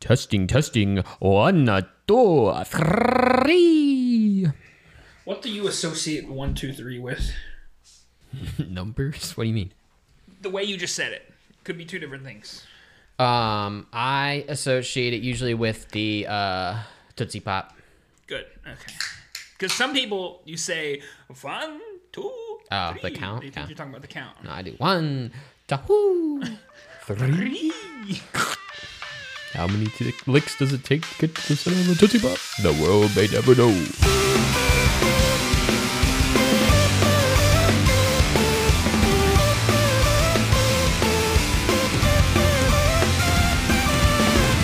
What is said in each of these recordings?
Testing, testing. One, two, three. What do you associate one, two, three with? Numbers? What do you mean? The way you just said it could be two different things. Um, I associate it usually with the uh, Tootsie Pop. Good. Okay. Because some people you say one, two, Oh, the three. count? They think Yeah. you're talking about the count. No, I do one, two, three. How many t- licks does it take to get to the center of a Tootsie Pop? The world may never know.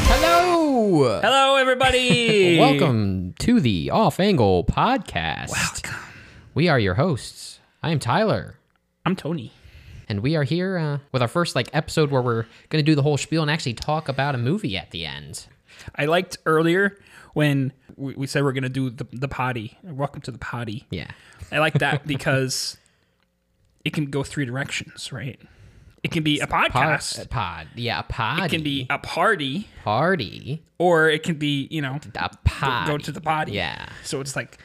Hello. Hello, everybody. Welcome to the Off Angle Podcast. We are your hosts. I am Tyler, I'm Tony. and we are here uh, with our first like episode where we're going to do the whole spiel and actually talk about a movie at the end. I liked earlier when we, we said we're gonna do the the potty. Welcome to the potty. Yeah. I like that because it can go three directions, right? It can be a Pod, podcast. pod. Yeah, a pod. it can be a party, party. or it can be you know A pod. go to the potty. Yeah. So it's like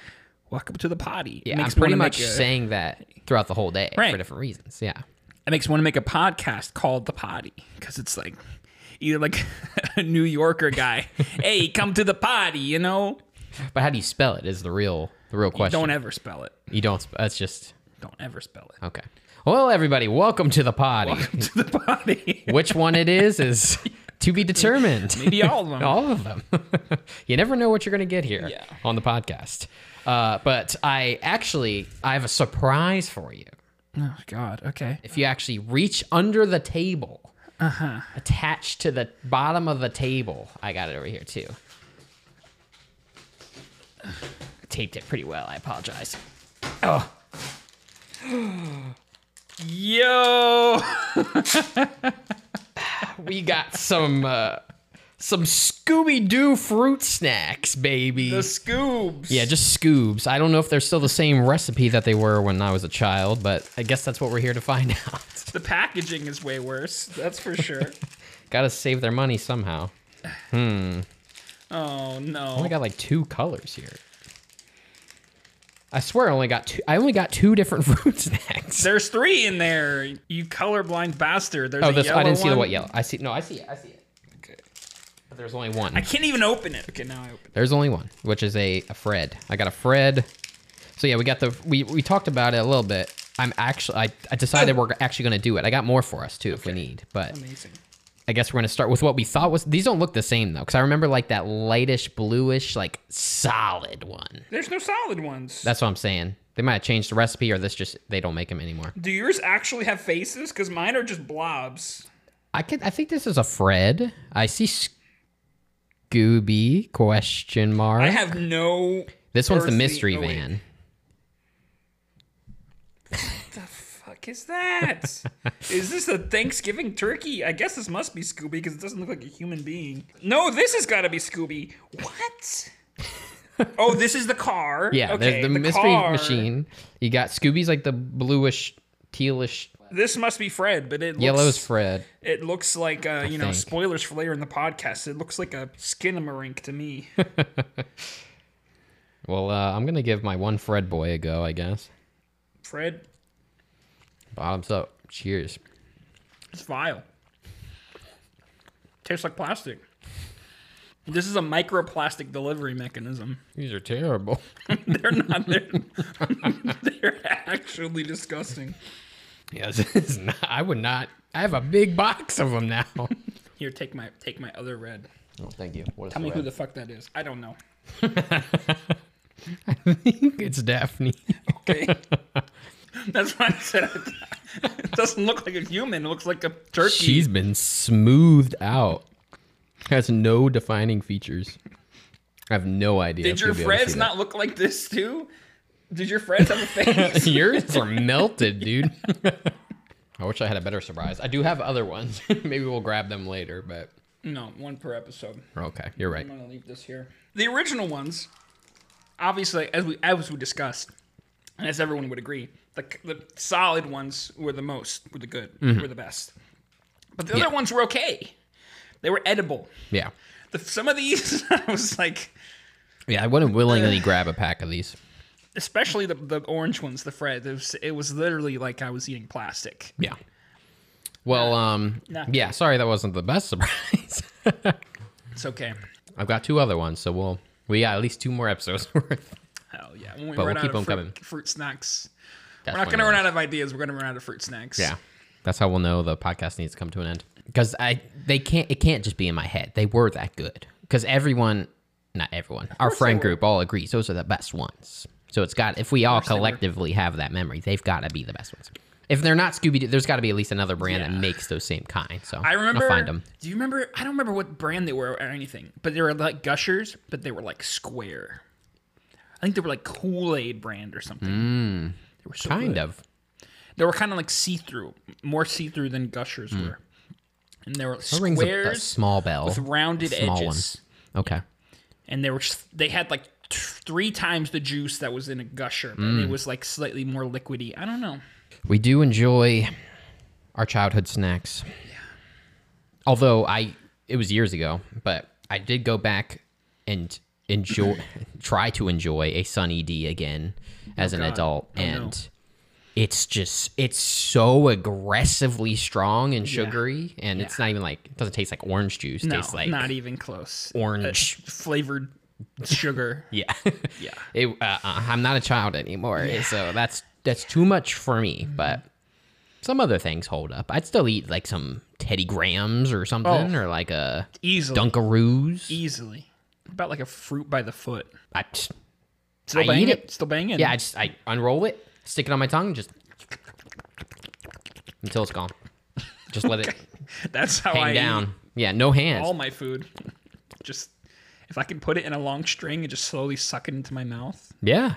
welcome to the potty. Yeah, it I'm me pretty wanna much make a- saying that throughout the whole day Right. for different reasons. Yeah. it makes me want to make a podcast called The Potty because it's like either like a New Yorker guy, hey, come to the potty, you know? But how do you spell it is the real the real question. Don't ever spell it. you don't sp- that's just Don't ever spell it. okay. Well, everybody, welcome to the potty. Come to the potty. Which one it is is to be determined. Maybe all of them. all of them. you never know what you're going to get here Yeah. on the podcast. Uh, but I actually I have a surprise for you. Oh God. Okay. If you actually reach under the table, attached to the bottom of the table, I got it over here too. I taped it pretty well. I apologize. Oh. Yo. We got some uh, some Scooby Doo fruit snacks, baby. The scoobs. yeah, just scoobs. I don't know if they're still the same recipe that they were when I was a child, but I guess that's what we're here to find out. The packaging is way worse. That's for sure. got to save their money somehow. oh I only no. got like two colors here. I swear I only got two I only got two different fruit snacks. There's three in there. You colorblind bastard. There's oh, a this yellow I didn't see the one. what yellow. I see no, I see it. I see it. Okay. But there's only I one. can't even open it. Okay, now I open. There's only one, which is a, a Fred. I got a Fred. So yeah, we got the we, we talked about it a little bit. I'm actually I, I decided we're actually gonna do it. I got more for us too if we need, but it. Amazing. I guess we're gonna start with what we thought was these don't look the same though, because I remember like that lightish bluish, like solid one. There's no solid ones. That's what I'm saying. They might have changed the recipe, or this just they don't make them anymore. Do yours actually have faces? Because mine are just blobs. I could. I think this is a Fred. I see Scooby question mark. I have no. this one's the Earthy- mystery oh, wait. van. The fuck is that? is this a Thanksgiving turkey? I guess this must be Scooby because it doesn't look like a human being. No, this has got to be Scooby. What? oh, this is the car. Yeah, okay, there's the, mystery car. machine. You got Scooby's like the bluish, tealish. This must be Fred, but it looks, Yellow is Fred. It looks like uh, you know think. spoilers for later in the podcast. It looks like a skinamarink to me. Well, uh, I'm gonna give my one Fred boy a go, I guess. Fred, Bottoms up. Cheers. It's vile. Tastes like plastic. This is a microplastic delivery mechanism. These are terrible. They're not. They're, they're actually disgusting. yes, it's not, I would not. I have a big box of them now. Here, take my take my other red. oh, thank you. What is Tell me who the fuck that is. I don't know. it's Daphne. Okay. That's why I said it. it doesn't look like a human. It looks like a turkey. She's been smoothed out. Has no defining features. I have no idea. Did if your you'll be able to friends see that. not look like this too? Did your friends have a face? Yours are melted, dude. I wish I had a better surprise. I do have other ones. Maybe we'll grab them later, but no, one per episode. okay, you're right. I'm gonna leave this here. The original ones, obviously, as we as we discussed, and as everyone would agree, the the solid ones were the most, were the good, were the best. But the Yeah. other ones were okay. They were edible. Yeah. The, some of these, I was like, Yeah, I wouldn't willingly grab a pack of these. especially the, the orange ones, the Fred. It was, it was literally like I was eating plastic. Yeah. Well, um, Nah. yeah. Sorry, that wasn't the best surprise. It's okay. I've got two other ones, so we'll we got at least two more episodes worth. Hell yeah. When we But run we'll out keep of on fruit, coming. fruit snacks. That's we're not one going to of run those. out of ideas. We're going to run out of fruit snacks. Yeah, that's how we'll know the podcast needs to come to an end. Because I they can't it can't just be in my head. They were that good. Because everyone, not everyone, our friend group all agrees those are the best ones. So it's got if we all collectively have that memory, they've got to be the best ones. If they're not Scooby Doo, there's got to be at least another brand that makes those same kind. So I remember. I'll find them. Do you remember? I don't remember what brand they were or anything, but they were like Gushers, but they were like square. I think they were like Kool Aid brand or something. Mm. They were so Kind good. of. They were kind of like see through, more see through than Gushers were, and they were Mm. That rings a, a squares small bell. with rounded small edges. one. Okay. And they were s- they had like t- three times the juice that was in a Gusher, but Mm. it was like slightly more liquidy. I don't know. We do enjoy our childhood snacks. Although I it was years ago, but I did go back and enjoy try to enjoy a Sunny D again as an God. adult Oh, no. and it's just it's so aggressively strong and sugary and it's not even like it doesn't taste like orange juice, No, tastes like not even close. Uh, orange. Flavored sugar. Yeah. Yeah. It, uh, uh, I'm not a child anymore, so that's that's too much for me. Mm-hmm. But some other things hold up. I'd still eat like some Teddy Grahams or something, Oh. or like a Easily. Dunkaroos. Easily. About like a fruit by the foot. I just, Still I banging? eat it. Still banging? yeah, I just I unroll it, stick it on my tongue, and just until it's gone. Just let it That's how I hang down. down. Yeah, no hands. all my food. Just if I can put it in a long string and just slowly suck it into my mouth. yeah,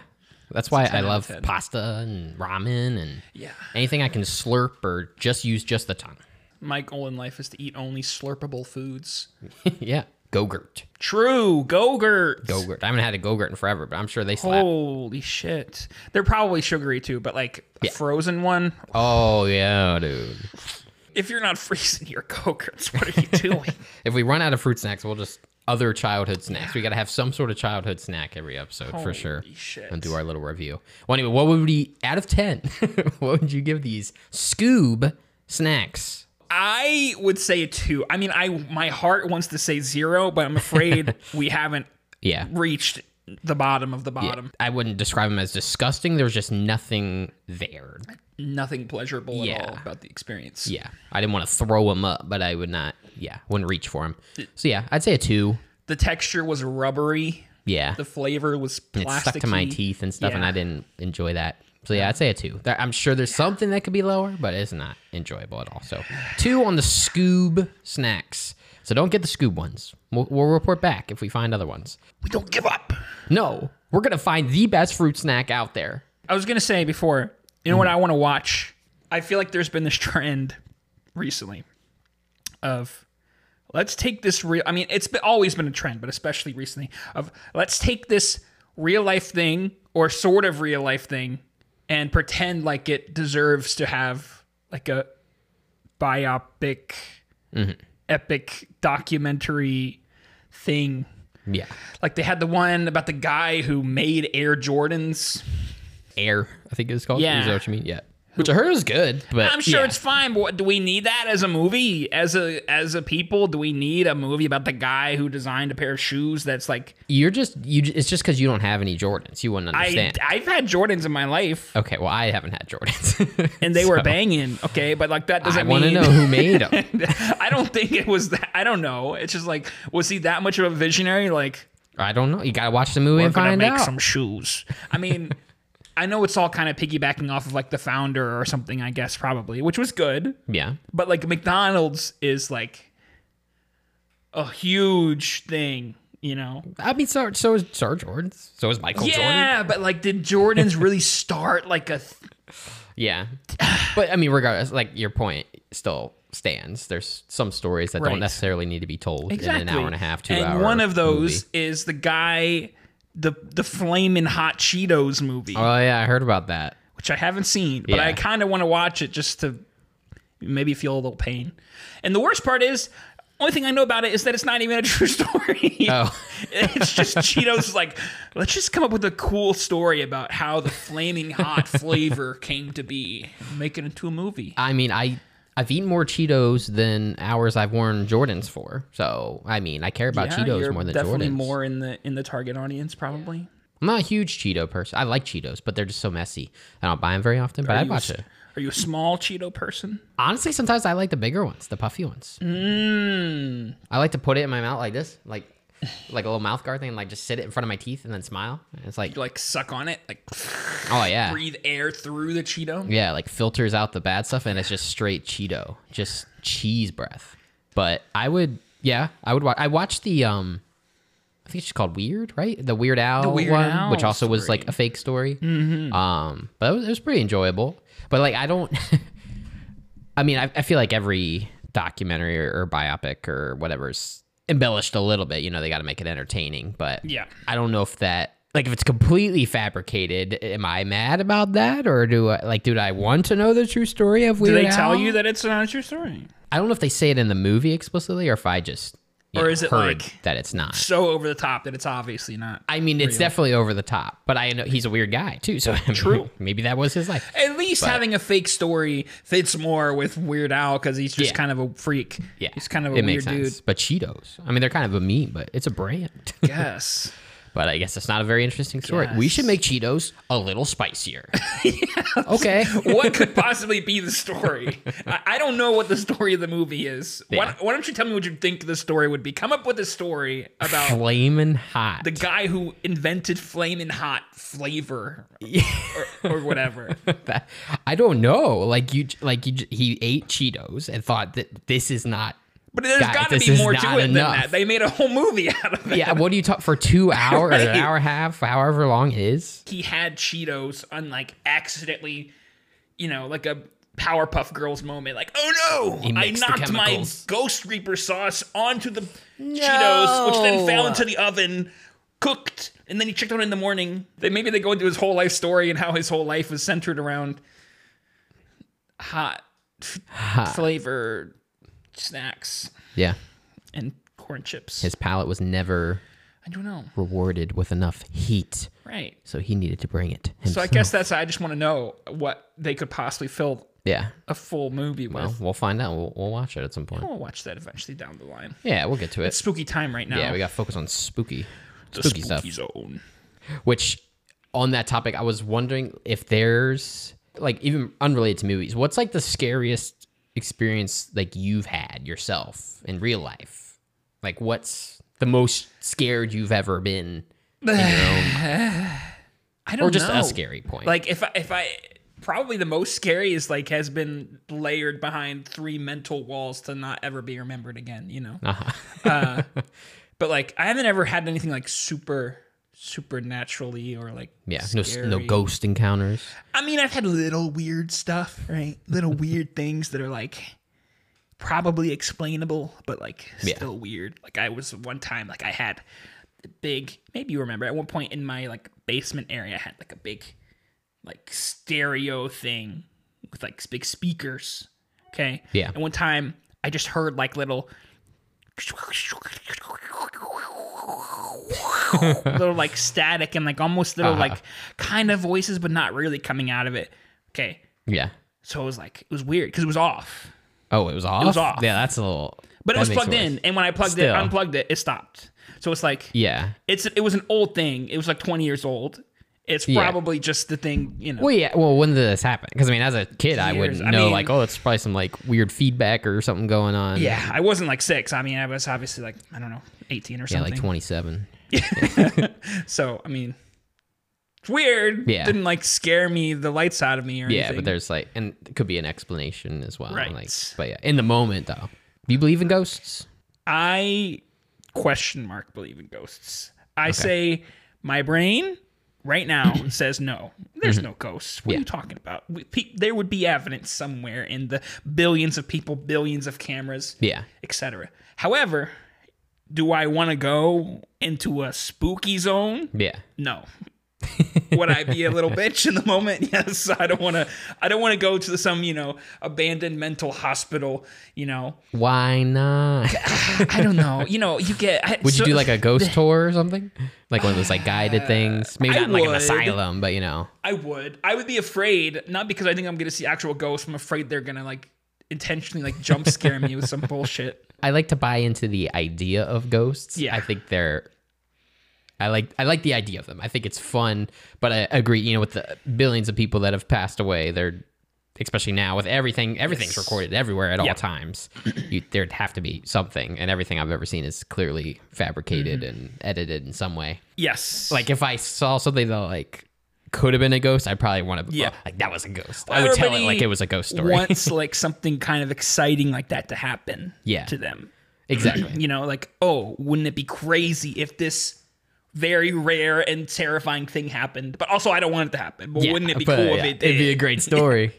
that's why I 10 out of love 10. pasta and ramen and Yeah. anything I can slurp or just use just the tongue. My goal in life is to eat only slurpable foods. yeah, Gogurt. True. Gogurt. Gogurt. I haven't had a Gogurt in forever, but I'm sure they slap. Oh, Holy shit. They're probably sugary too, but like a frozen one. Oh, yeah, dude. If you're not freezing your Gogurts, what are you doing? If we run out of fruit snacks, we'll just other childhood snacks. We got to have some sort of childhood snack every episode for sure. Holy shit. And do our little review. Well, anyway, what would we out of ten? what would you give these Scoob snacks? I would say a two. I mean, I my heart wants to say zero, but I'm afraid we haven't Yeah. reached the bottom of the bottom. I wouldn't describe them as disgusting. There was just nothing there. Nothing pleasurable at all Yeah. about the experience. Yeah. I didn't want to throw them up, but I would not. Yeah. Wouldn't reach for them. So yeah, I'd say a two. The texture was rubbery. Yeah. The flavor was and it plastic. stuck to my teeth and stuff, and Yeah. I didn't enjoy that. So yeah, I'd say a two. There- I'm sure there's something that could be lower, but it's not enjoyable at all. So two on the Scoob snacks. So don't get the Scoob ones. We'll, we'll report back if we find other ones. We don't give up. No, we're gonna find the best fruit snack out there. I was gonna say before. You know what I want to watch? I feel like there's been this trend recently of let's take this real. I mean, it's been, always been a trend, but especially recently of let's take this real life thing or sort of real life thing and pretend like it deserves to have like a biopic, epic documentary thing. Yeah, Like they had the one about the guy who made Air Jordans. air. I think it's called. Is Yeah. that what you mean? Yeah. Which I heard was good, but I'm sure yeah. it's fine, but what- do we need that as a movie? As a as a people, do we need a movie about the guy who designed a pair of shoes that's like you're just you. j- It's just because you don't have any Jordans, you wouldn't I understand. I've had Jordans in my life okay, well I haven't had Jordans, and they were banging, okay, but like that doesn't I want to mean know who made them. I don't think it was that I don't know. It's just like was he that much of a visionary like I don't know. You gotta watch the movie and we're gonna find make out. some shoes. I mean, I know it's all kind of piggybacking off of like the founder or something, I guess probably, which was good. Yeah. But like McDonald's is like a huge thing, you know. I mean, so so is Sir Jordan. So is Michael Oh, Jordan. yeah, but like, did Jordans really start like a? Th- Yeah. But I mean, regardless, like your point still stands. There's some stories that Right. don't necessarily need to be told in an hour and a half, two and hour one of those movie. is the guy, the the flaming hot Cheetos movie, Oh yeah, I heard about that. which I haven't seen, but Yeah. I kind of want to watch it just to maybe feel a little pain. And the worst part is. Only thing I know about it is that it's not even a true story. Oh. it's just Cheetos is like, let's just come up with a cool story about how the flaming hot flavor came to be, make it into a movie. I mean, I I've eaten more Cheetos than hours I've worn Jordans for. So I mean, I care about Yeah, Cheetos you're more than definitely Jordans. more in the in the target audience probably. I'm not a huge Cheeto person. I like Cheetos, but they're just so messy. I don't buy them very often, but I you a watch s- it. Are you a small Cheeto person? Honestly, sometimes I like the bigger ones, the puffy ones. Mm. I like to put it in my mouth like this, like like a little mouth guard thing, and like just sit it in front of my teeth and then smile. And it's like, You like suck on it, like oh yeah, breathe air through the Cheeto. yeah, like filters out the bad stuff, and it's just straight Cheeto, just cheese breath. But I would, yeah, I would watch. I watched the um, I think it's just called Weird, right? The Weird Al Weird one, Al which also was like story. a fake story. Mm-hmm. Um, but it was, it was pretty enjoyable. But like, I don't. I mean, I, I feel like every documentary or, or biopic or whatever's embellished a little bit. You know, they got to make it entertaining. But Yeah. I don't know if that like if it's completely fabricated. Am I mad about that, or do I like? Did I want to know the true story of Do Weird they Al? tell you that it's not a true story? I don't know if they say it in the movie explicitly, or if I just you Or know, is it heard like- that it's not. So over the top that it's obviously not. I mean, it's definitely over the top, but I know he's a weird guy too. So I mean, True. Maybe that was his life. At least having a fake story fits more with Weird Al because he's just Yeah. kind of a freak. Yeah, he's kind of a it makes weird sense. But Cheetos, I mean, they're kind of a meme, but it's a brand. dude. Yes. But I guess it's not a very interesting story. We Yes. should make Cheetos a little spicier. Okay. what could possibly be the story? I, I don't know what the story of the movie is. Why, why don't you tell me what you think the story would be? Come up with a story about Flaming hot. the guy who invented flaming hot flavor or, or whatever. That- I don't know. Like you, like you, he ate Cheetos and thought that this is not. But there's Guy, got to this be is more to not it than enough. that. They made a whole movie out of it. Yeah. What do you talk for two hours, or Right. an hour and a half, however long it is? He had Cheetos on like accidentally, you know, like a Powerpuff Girls moment. Like, oh no, I mixed the knocked my chemicals." Ghost Reaper sauce onto the Cheetos, which then fell into the oven, cooked, and then he checked on it in the morning. Then maybe they go into his whole life story and how his whole life was centered around hot, hot. flavored snacks Yeah. and corn chips. His palate was never I don't know. rewarded with enough heat, Right. so he needed to bring it. So I himself. guess that's I just want to know what they could possibly fill Yeah. a full movie with. Well, we'll find out. We'll, we'll watch it at some point. we'll watch that eventually down the line. Yeah, we'll get to it. Spooky time right now. Yeah, we got to focus on spooky, the spooky spooky, stuff. zone. Which, on that topic, I was wondering if there's like even unrelated to movies. What's like the scariest experience like you've had yourself in real life? Like, what's the most scared you've ever been, I don't or just know. a scary point? Like if I, if I probably the most scary is like has been layered behind three mental walls to not ever be remembered again. You know. Uh-huh. but like I haven't ever had anything like super supernaturally or like yeah, no s- no scary. ghost encounters. I mean, I've had little weird stuff, right? Little weird things that are like probably explainable, but like Yeah. still weird. Like I was one time, like I had a big. Maybe you remember at one point in my like basement area, I had like a big like stereo thing with like big speakers. Okay. Yeah. And one time, I just heard like little. little like static and like almost Uh-huh. little like kind of voices but not really coming out of it okay Yeah. so it was like it was weird because it was off Oh, it was off. was off. Yeah, that's a little. but that it was makes plugged worse. in and when i plugged Still. it unplugged it it stopped so it's like Yeah. it's it was an old thing it was like 20 years old it's Yeah. probably just the thing you know Well, yeah. Well, when did this happen? Because I mean, as a kid, I Years. wouldn't I know. mean- like, oh, it's probably some like weird feedback or something going on. yeah i wasn't like six i mean i was obviously like i don't know 18 or Yeah, something like twenty seven. so i mean it's weird Yeah. didn't like scare me the lights out of me or Yeah, anything but there's like, and it could be an explanation as well. Right. Like, but yeah, in the moment though, do you believe in ghosts? I question mark believe in ghosts. I say my brain right now says no. There's no ghosts. What are you talking about? We, pe- there would be evidence somewhere in the billions of people, billions of cameras, Yeah. etc. However, do I want to go into a spooky zone? Yeah. No. would I be a little bitch in the moment? Yes, I don't want to. I don't want to go to some you know abandoned mental hospital. You know, Why not? I don't know. You know, you get. I, Would so- you do like a ghost tour or something? Like one of those like guided things? Maybe Uh, I not in, like an would. asylum, but you know. I would. I would be afraid, not because I think I'm gonna see actual ghosts. I'm afraid they're gonna like intentionally like jump scare me with some bullshit. I like to buy into the idea of ghosts. Yeah. I think they're I like I like the idea of them. I think it's fun, but I agree, you know, with the billions of people that have passed away, they're especially now with everything everything's recorded everywhere at all times. You there'd have to be something and everything I've ever seen is clearly fabricated Mm-hmm. and edited in some way. Yes, Like if I saw something that like could have been a ghost, I'd probably want to. Yeah. like that was a ghost. I would tell it like Everybody it was a ghost story. wants like something kind of exciting like that to happen. Yeah. to them. exactly. You know, like oh, wouldn't it be crazy if this very rare and terrifying thing happened? But also, I don't want it to happen. But Yeah, wouldn't it be cool but, if yeah, it did? It'd be a great story.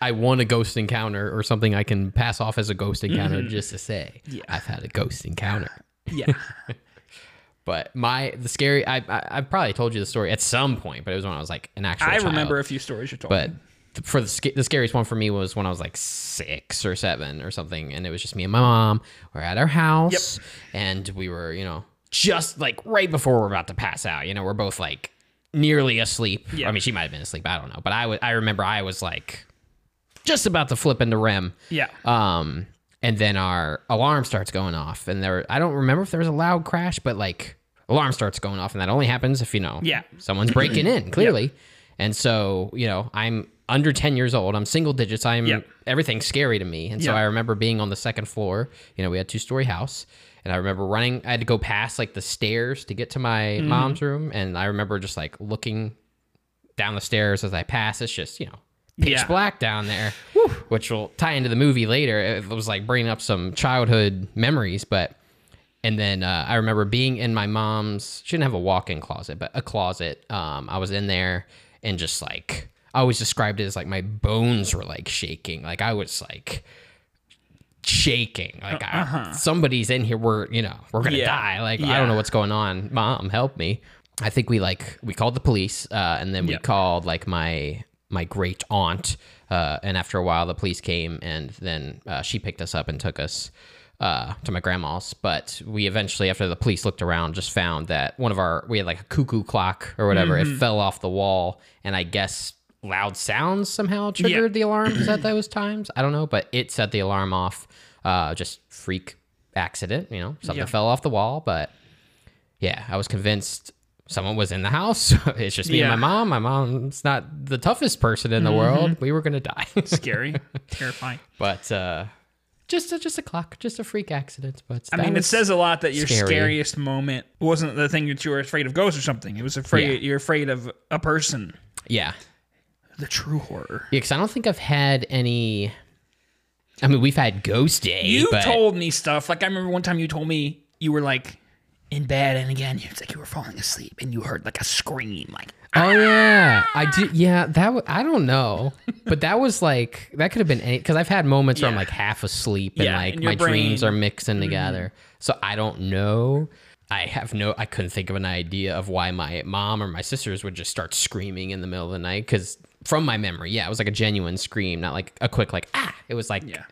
I want a ghost encounter or something I can pass off as a ghost Mm-hmm. encounter just to say I've had a ghost encounter. yeah. But my the scary I, I I probably told you the story at some point, but it was when I was like an actual. I child. remember a few stories you told. But th- for the sca- the scariest one for me was when I was like six or seven or something, and it was just me and my mom. We're at our house, and we were you know just like right before we're about to pass out. You know, we're both like nearly asleep. I mean, she might have been asleep. I don't know, but I was I remember I was like just about to flip into REM. yeah, Um, and then our alarm starts going off, and there I don't remember if there was a loud crash, but like alarm starts going off, and that only happens if you know Yeah. someone's breaking in clearly. And so you know I'm under ten years old. I'm single digits. I'm Yep. everything's scary to me, and so Yeah. I remember being on the second floor. You know we had two story house. And I remember running. I had to go past like the stairs to get to my Mm-hmm. mom's room, and I remember just like looking down the stairs as I pass. It's just you know pitch Yeah. black down there, which will tie into the movie later. It was like bringing up some childhood memories, but and then uh, I remember being in my mom's. She didn't have a walk-in closet, but a closet. Um, I was in there and just like I always described it as like my bones were like shaking. Like I was like shaking. Like I, somebody's in here. We're you know we're gonna Uh-huh. Yeah. die. Like I don't know what's going on. Mom, help me. I think we like we called the police, uh, and then we called like my my great aunt. Uh, and after a while, the police came, and then uh, she picked us up and took us uh, to my grandma's. But we eventually, after the police looked around, just found that one of our we had like a cuckoo clock or whatever. It fell off the wall, and I guess loud sounds somehow triggered the alarms at those times. I don't know, but it set the alarm off. Uh, just freak accident, you know, something Yeah. fell off the wall, but yeah, I was convinced someone was in the house. it's just me Yeah. Mm-hmm. and my mom. My mom's not the toughest person in the world. We were gonna die, scary, terrifying. but uh, just a, just a clock, just a freak accident. But I that mean, it was- says a lot that your scary. scariest moment wasn't the thing that you were afraid of ghosts or something. It was afraid Yeah. you're afraid of a person. yeah, The true horror. because I don't think I've had any. I mean, we've had ghost day. You but told me stuff. Like I remember one time you told me you were like in bed, and again it's like you were falling asleep, and you heard like a scream. Like Oh yeah, I do. Yeah, that w- I don't know, but that was like that could have been any because I've had moments where I'm Yeah. like half asleep and Yeah, like in your my dreams brain. Mm-hmm. are mixing together. So I don't know. I have no. I couldn't think of an idea of why my mom or my sisters would just start screaming in the middle of the night because from my memory, yeah, it was like a genuine scream, not like a quick like ah. It was like Yeah.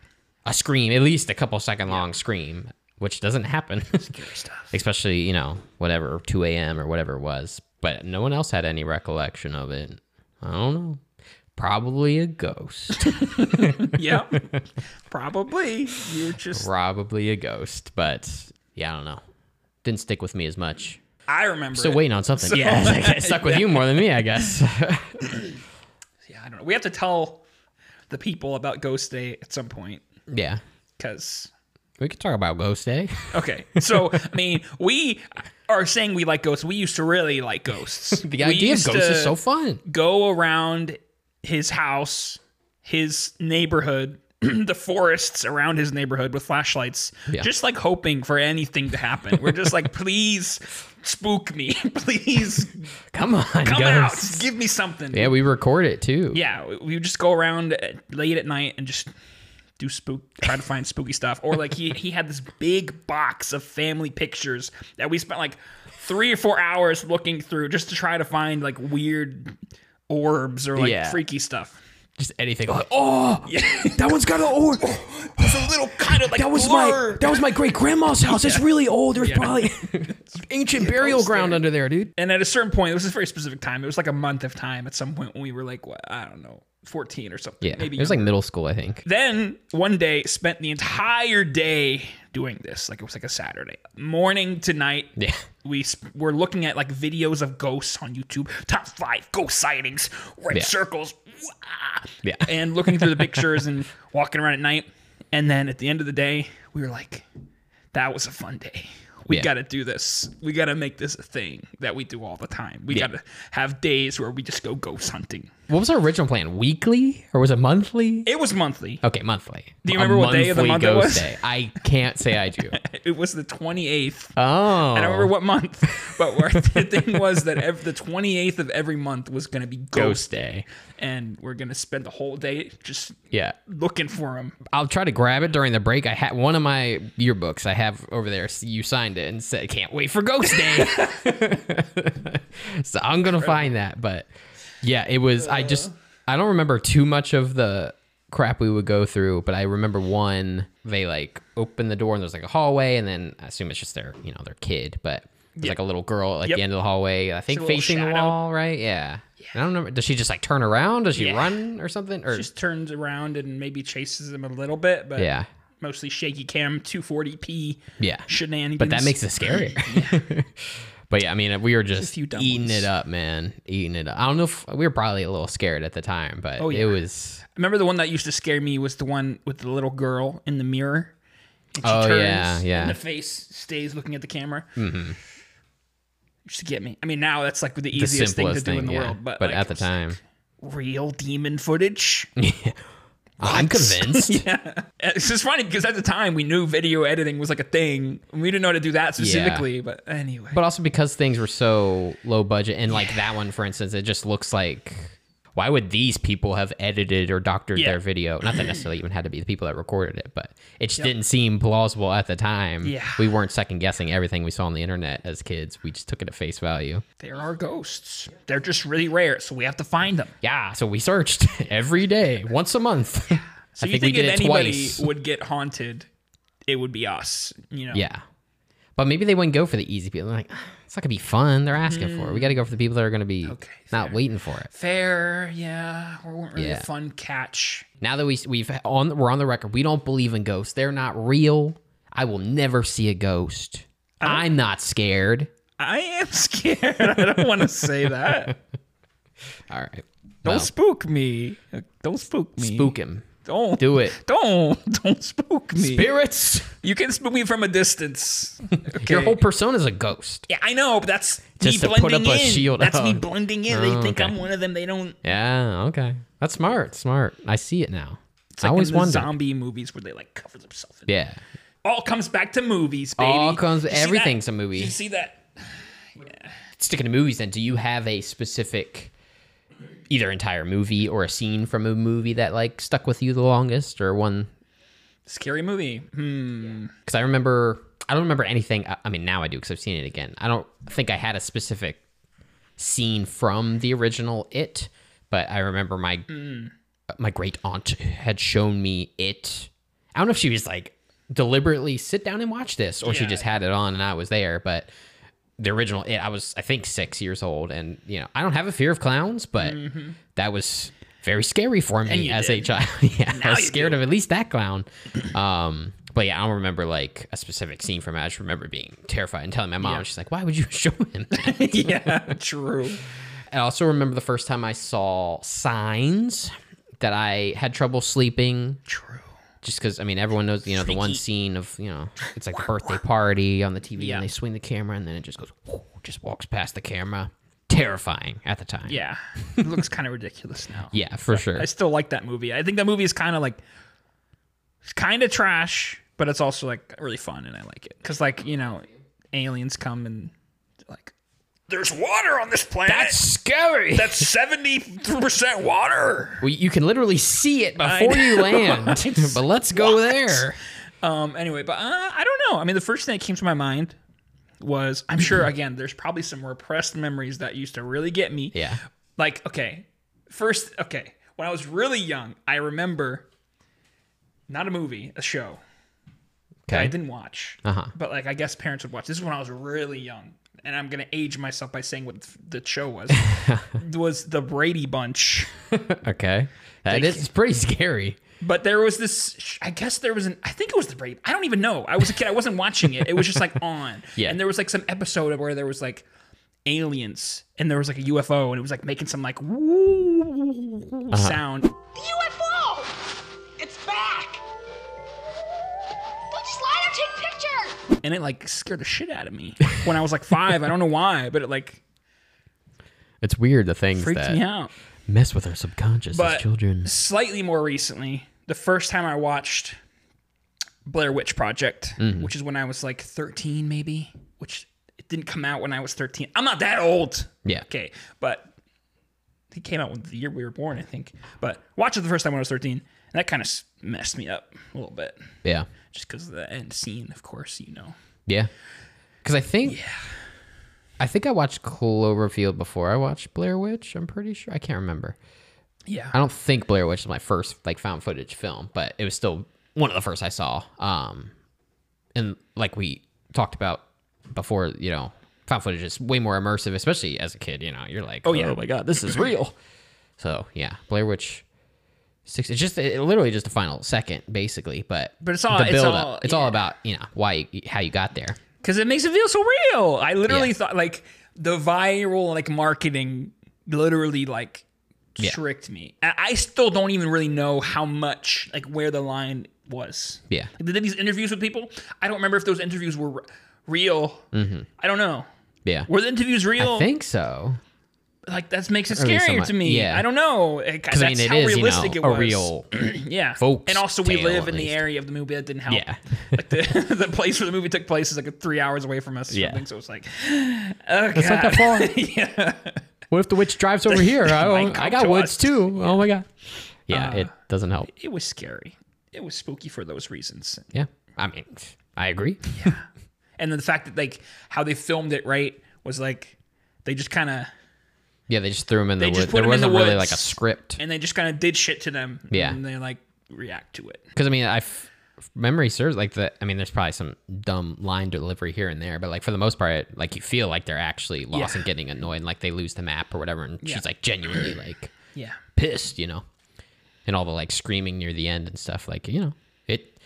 a scream, at least a couple second long scream, which doesn't happen. scary stuff. especially you know whatever 2 a.m or whatever it was but no one else had any recollection of it i don't know probably a ghost yep, probably. You're just. probably a ghost but yeah i don't know didn't stick with me as much I remember. so it. waiting on something yeah it stuck with you more than me i guess Yeah, I don't know. We have to tell the people about Ghost Day at some point, yeah because we could talk about eh? ghost day Okay. So, I mean, we are saying we like ghosts. We used to really like ghosts. the idea of ghosts is so fun. fun Go around his house, his neighborhood, the forests around his neighborhood with flashlights, Yeah. just like hoping for anything to happen. We're just like, please spook me. Please come on come ghosts out. Give me something. yeah we record it too uh, Yeah, we- we would just go around at- late at night and just do spook try to find spooky stuff or like he he had this big box of family pictures that we spent like three or four hours looking through just to try to find like weird orbs or like Yeah. freaky stuff Just anything. Oh, Like, oh, yeah that one's got an orb. it's a little kind of like that was my that was my great grandma's house. It's really old. There's probably ancient burial ground under there, dude. and at a certain point, it was a very specific time. It was like a month of time at some point when we were like, what, I don't know, 14 or something. Yeah, Maybe it was like middle school, I think. then one day spent the entire day doing this like it was like a saturday morning to night Yeah. we sp- were looking at like videos of ghosts on youtube top five ghost sightings red Yeah. circles wah, Yeah. and looking through the pictures and walking around at night and then at the end of the day we were like that was a fun day we Yeah. gotta do this we gotta make this a thing that we do all the time we gotta have days where we just go ghost hunting What was our original plan? Weekly or was it monthly? it was monthly Okay, monthly. Do you remember what day of the month it was? Day. I can't say I do. it was the 28th Oh, I don't remember what month, but where the thing was that ev the 28th of every month was going to be Ghost ghost, Day. and we're going to spend the whole day just Yeah, looking for them. I'll try to grab it during the break. I had one of my yearbooks I have over there. s- You signed it and said, "Can't wait for Ghost Day." so I'm gonna find that. But yeah, it was. I just Uh-huh. I don't remember too much of the crap we would go through, but I remember one. They like opened the door and there's like a hallway, and then I assume it's just their you know their kid, but. There's like a little girl at Yep. the end of the hallway. I think a little facing the shadow. wall, right? Yeah. I don't remember. Does she just like turn around? Does she Yeah. run or something? Or Just turns around and maybe chases them a little bit, but yeah, mostly shaky cam 240p yeah. shenanigans. But that makes it scarier. but yeah, I mean, we were just few dumb eating ones. it up, man. Eating it up. I don't know if we were probably a little scared at the time, but Oh, yeah. it was. Remember the one that used to scare me was the one with the little girl in the mirror. And she Oh, turns yeah, yeah. Mm-hmm. And the face stays looking at the camera. Used to get me. I mean, now that's like the The easiest thing to simplest do thing, in the yeah. world. But, like, at it the was time, real demon footage. I'm convinced. yeah. It's just funny because at the time we knew video editing was like a thing. and We didn't know how to do that specifically, but anyway. But also because things were so low budget, and like that one, for instance, it just looks like why would these people have edited or doctored Yeah. their video? Not that necessarily even had to be the people that recorded it, but it just didn't seem plausible at the time. Yeah. We weren't second guessing everything we saw on the internet as kids. We just took it at face value. there are ghosts. They're just really rare, so we have to find them. Yeah, so we searched every day, once a month. So I you think we think, did if it anybody twice. would get haunted, it would be us. You know. Yeah. But maybe they wouldn't go for the easy people. They're like, "Ah, it's not gonna be fun. They're asking for it. Mm. We gotta go for the people that are gonna be not waiting for it. Fair, yeah. We weren't really Yeah. a fun catch. Now that we we've on we're on the record, we don't believe in ghosts. They're not real. I will never see a ghost. I'm not scared. I am scared. I don't want to say that. All right. Don't Well, spook me. Don't spook me. spook him. Don't Do it. Don't don't spook me. Spirits. You can spook me from a distance. Okay. Your whole persona's a ghost. yeah, I know, but that's Just to me put blending up a in. shield. That's me Oh. blending in. They Oh, think okay. I'm one of them. They don't. Yeah. Okay. That's smart. Smart. I see it now. It's I like always in the wondered. zombie movies where they like cover themselves. In. Yeah. All comes back to movies, baby. All comes- You see that? everything's a movie. You see that? sticking to movies then do you have a specific either entire movie or a scene from a movie that like stuck with you the longest or one Scary movie. because i remember i don't remember anything I, I mean now i do because i've seen it again i don't think i had a specific scene from the original it but i remember my Mm. my great aunt had shown me it i don't know if she was like deliberately sit down and watch this or she Yeah. just had it on and i was there but the original it i was i think six years old and you know i don't have a fear of clowns but that was very scary for me Mm-hmm. you as a did. child yeah i was you scared of at least that clown um but yeah i don't remember like a specific scene from it i just remember being terrified and telling my mom she's like why would you show him that? yeah, true. I also remember the first time I saw signs that I had trouble sleeping True. just because, I mean, everyone knows, you know, the one scene of, you know, it's like the birthday party on the TV Yeah. and they swing the camera and then it just goes, whoo, just walks past the camera. Terrifying at the time. Yeah, it looks kind of ridiculous now. Yeah, for sure. I still like that movie. I think that movie is kind of like, it's kind of trash, but it's also like really fun, and I like it because like you know, aliens come and like There's water on this planet. That's scary. That's 73% water. Well, you can literally see it I before you know. land. but let's go there. Um, anyway, but uh, I don't know. I mean, the first thing that came to my mind was I'm sure, again, there's probably some repressed memories that used to really get me. Yeah. Like, okay, first, okay, when I was really young, I remember not a movie, a show that I Okay. didn't watch, Uh huh. but like I guess parents would watch. This is when I was really young, and I'm gonna age myself by saying what the show was. was the Brady Bunch. Okay. That is it's pretty scary. But there was this. I guess there was an. I think it was the Brady. I don't even know. I was a kid. I wasn't watching it. It was just like on. Yeah. And there was like some episode where there was like aliens and there was like a UFO and it was like making some like woo Uh-huh. sound. UFO! It's back! Don't just lie there, take pictures! and it like scared the shit out of me when I was like five. I don't know why, but it like It's weird the things freaked that me out. mess with our subconscious But as children. slightly more recently, the first time I watched Blair Witch Project, Mm-hmm. which is when I was like 13, maybe, which it didn't come out when I was 13. I'm not that old. Yeah. Okay. But it came out the year we were born, I think. But watched it the first time when I was 13. And that kind of messed me up a little bit Yeah. just because of the end scene, of course, you know. Yeah. Because I think. I think I watched Cloverfield before I watched Blair Witch. I'm pretty sure. I can't remember. Yeah. I don't think Blair Witch is my first like found footage film, but it was still one of the first I saw. Um, and like we talked about before, you know, found footage is way more immersive, especially as a kid. You know, you're like, oh, yeah. my god, this is real. so yeah, Blair Witch. Six. It's just it, literally just a final second, basically. But But it's all- the it's build all- up. It's all about you know why you, how you got there. because it makes it feel so real. I literally Yeah. thought like the viral like marketing literally like Yeah. tricked me. I, I still don't even really know how much like where the line was. Yeah. Like, they did these interviews with people. I don't remember if those interviews were re- real. I don't know. Yeah, Were the interviews real? Mm-hmm. I think so. like that makes it Or at least scarier somewhat- to me. yeah. I don't know. Like, Because that's I mean, it how is you realistic know it a was. real yeah. folk's and also, we tale, live at in the least. area of the movie that didn't help. Yeah. like the, the place where the movie took place is like three hours away from us. Or Yeah. something, so it's like, oh It's not god. that far. yeah. What if the witch drives over here? I, Might come I got to woods us. too. Oh my god. Yeah, Uh, it doesn't help. It was scary. It was spooky for those reasons, Yeah, I mean, I agree. and then the fact that like how they filmed it right was like they just kind of Yeah, they just threw him in the They just woods. put There him in the wasn't really woods. like a script and they just kind of did shit to them. Yeah. and they like react to it. because I mean, I f- if memory serves like the. I mean, there's probably some dumb line delivery here and there, but like for the most part, it- like you feel like they're actually lost Yeah. and getting annoyed, like they lose the map or whatever, and Yeah. she's like genuinely like Yeah. pissed, you know, and all the like screaming near the end and stuff. Like you know, it.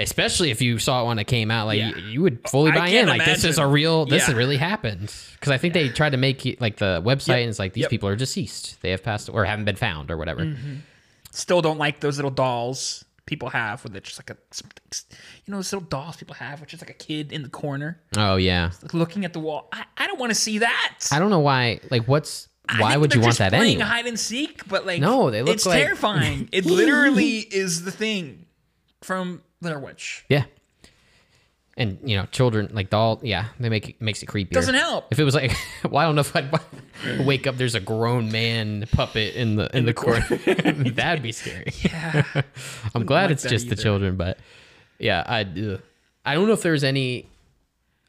Especially if you saw it when it came out, like Yeah. you, you would fully I buy in. can't Like this is a imagine. real, this Yeah. really happened. Because I think they tried to make it like the website, and it's like these Yep. Mm-hmm. people are deceased, they have passed or haven't been found or whatever. still don't like those little dolls people have with it just like a you know those little dolls people have which is like a kid in the corner Oh yeah, like looking at the wall i, I don't want to see that I don't know why. Like, what's I why think would they're you want just that playing anyway? hide and seek but like No, they look it's like- terrifying it literally is the thing from Blair Witch yeah, and you know, children like doll. Yeah, they make it makes it creepy. Doesn't help. If it was like, well, I don't know if I'd wa- wake up. There's a grown man puppet in the in, the, corner. That'd be scary. yeah I'm glad like it's that just the either. children, but yeah, I ugh. I don't know if there's any.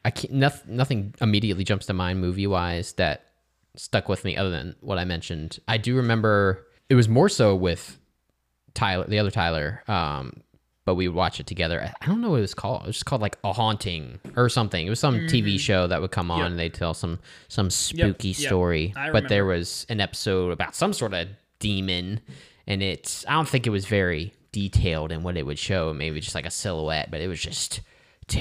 I can't. Nothing, nothing immediately jumps to mind movie wise that stuck with me other than what I mentioned. I do remember it was more so with Tyler, the other Tyler. Um, but we would watch it together. I- I don't know what it was called. It was just called like a haunting or something. It was some TV show that would come on and they'd tell some some spooky Mm. yep. story. I But there was an episode about some sort of demon and it's I don't think it was very detailed in what it would show, maybe just like a silhouette, but it was just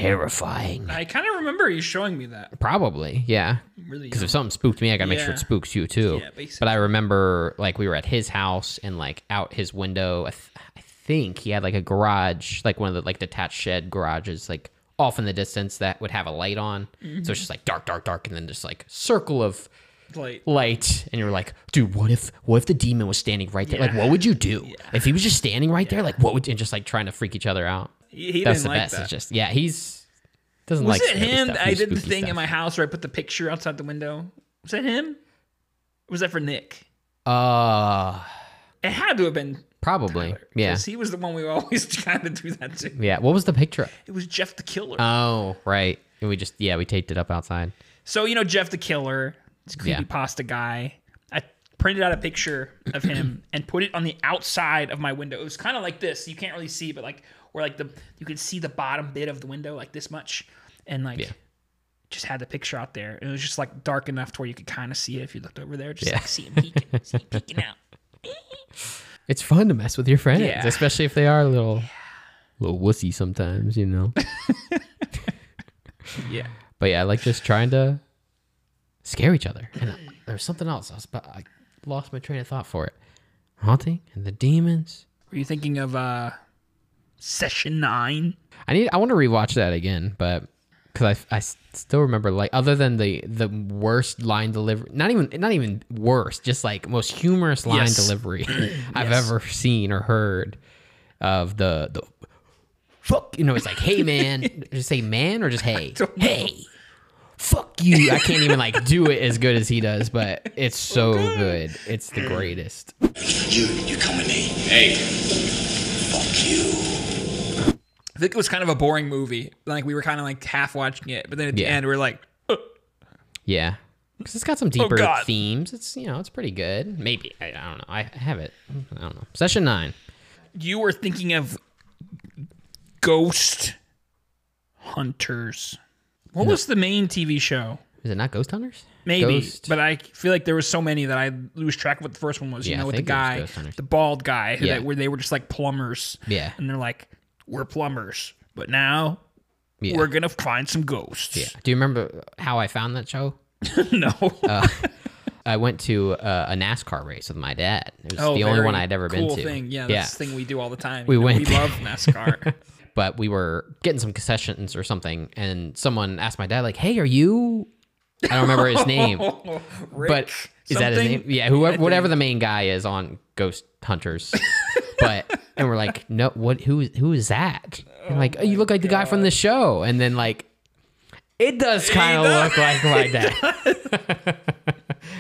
terrifying. I kind of remember you showing me that Probably, yeah. really Because if something spooked me, I gotta make sure Yeah. it spooks you too. Yeah, basically. but I remember like we were at his house and like out his window. I, th- I think he had like a garage, like one of the like detached shed garages, like off in the distance that would have a light on. Mm-hmm. So it's just like dark, dark, dark, and then just like circle of like light. And you're like, dude, what if what if the demon was standing right there? Like, what would you do if he was just standing right there? Like, what would and just like trying to freak each other out? he, he That's didn't the like best. that It's just yeah, he's doesn't was like it scary him stuff. I He's did the spooky thing stuff. in my house where I put the picture outside the window Was that him? Or was that for Nick? Uh, It had to have been. probably. Tyler, 'cause yeah. He was the one we were always trying to do that to. Yeah. What was the picture? of? It was Jeff the Killer. Oh, right. And we just yeah, we taped it up outside. So you know Jeff the Killer, this Yeah. creepy pasta guy. I printed out a picture of him and put it on the outside of my window. It was kind of like this. You can't really see, but like where like the you could see the bottom bit of the window like this much, and like Yeah. just had the picture out there. And it was just like dark enough to where you could kind of see it if you looked over there. Just Yeah. like see him peeking, see him peeking out. It's fun to mess with your friends, Yeah. especially if they are a little, little wussy sometimes, you know. Yeah. But yeah, I like just trying to scare each other. And uh, there was something else. I was about, I lost my train of thought for it. Haunting and the demons. Were you thinking of uh session nine? I need. I want to rewatch that again, but because I, I s- still remember like other than the the worst line delivery, not even not even worst, just like most humorous line Yes. delivery I've ever seen or heard of the the fuck. You know, it's like hey man, just say man or just hey don't know. hey. Fuck you! I can't even like do it as good as he does, but it's so good. It's the greatest. You, you come with me. Hey. Fuck you. I think it was kind of a boring movie. Like we were kind of like half watching it, but then at Yeah. the end we are like, Yeah, because it's got some deeper Oh, God. themes. It's you know it's pretty good. Maybe I, I don't know. I have it. I don't know. Session nine. you were thinking of Ghost Hunters. What was the main TV show? Is it not Ghost Hunters? Maybe, Ghost. but I feel like there was so many that I lose track of what the first one was. You Yeah, I know, with the think it was guy, Ghost Hunters. the bald guy, who Yeah. that, where they were just like plumbers. Yeah. and they're like, we're plumbers, but now Yeah. we're gonna find some ghosts. yeah. Do you remember how I found that show? no, I went to uh, a NASCAR race with my dad. It was Oh, the only very one I'd ever cool been to. Thing. Yeah, yeah. that's the thing we do all the time. We You know, went We there. love NASCAR. But we were getting some concessions or something, and someone asked my dad, like, "Hey, are you?" I don't remember his name. Rick but is that his something? name? Yeah, whoever, whatever the main guy is on Ghost Hunters. but and we're like, no, what? Who is who is that? And like, oh, you look like the guy from the show, and then like, it does kind of look like my dad,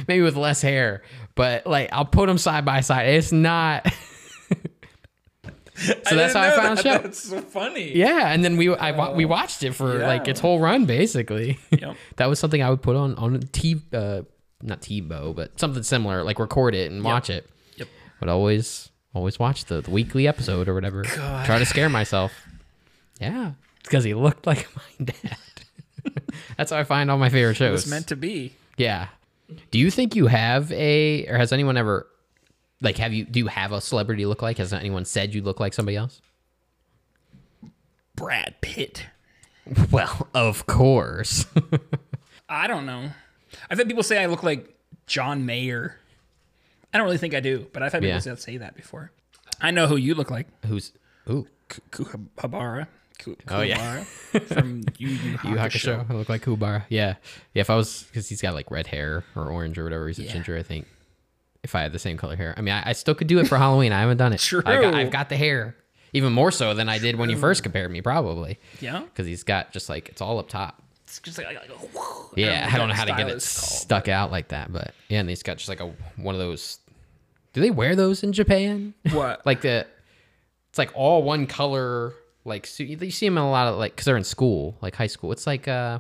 maybe with less hair, but like I'll put them side by side. It's not. so that's how I didn't know found the that. show. That's so funny. Yeah, and then we I wa- we watched it for like its whole run basically. Yep. that was something I would put on on T uh not Tebow but something similar like record it and watch it. Yep. Would always always watch the, the weekly episode or whatever. Try to scare myself. Yeah, because he looked like my dad. That's how I find all my favorite shows. It was meant to be. Yeah. Do you think you have a or has anyone ever like have you do you have a celebrity look like? Has anyone said you look like somebody else? Brad Pitt. Well, of course. I don't know. I've had people say I look like John Mayer. I don't really think I do, but I've had people Yeah. say, say that before. I know who you look like. Who's ooh K- Kuhabara. K- Oh, yeah. Kuhabara from Yu Yu Hakusho. Yu Hakusho? I look like Kubara. Yeah, yeah. If I was because he's got like red hair or orange or whatever, he's a ginger. I think if I had the same color hair, I mean, I, I still could do it for Halloween. I haven't done it. True. I got, I've got the hair even more so than I did when you first compared me, probably. Yeah. because he's got just like it's all up top. It's just like, like, like, whoo. Yeah, I don't know how to get it Stylist stuck out like that, but yeah, and he's got just like a one of those. Do they wear those in Japan? called. What? like the it's like all one color like suit you see them in a lot of like because they're in school like high school it's like uh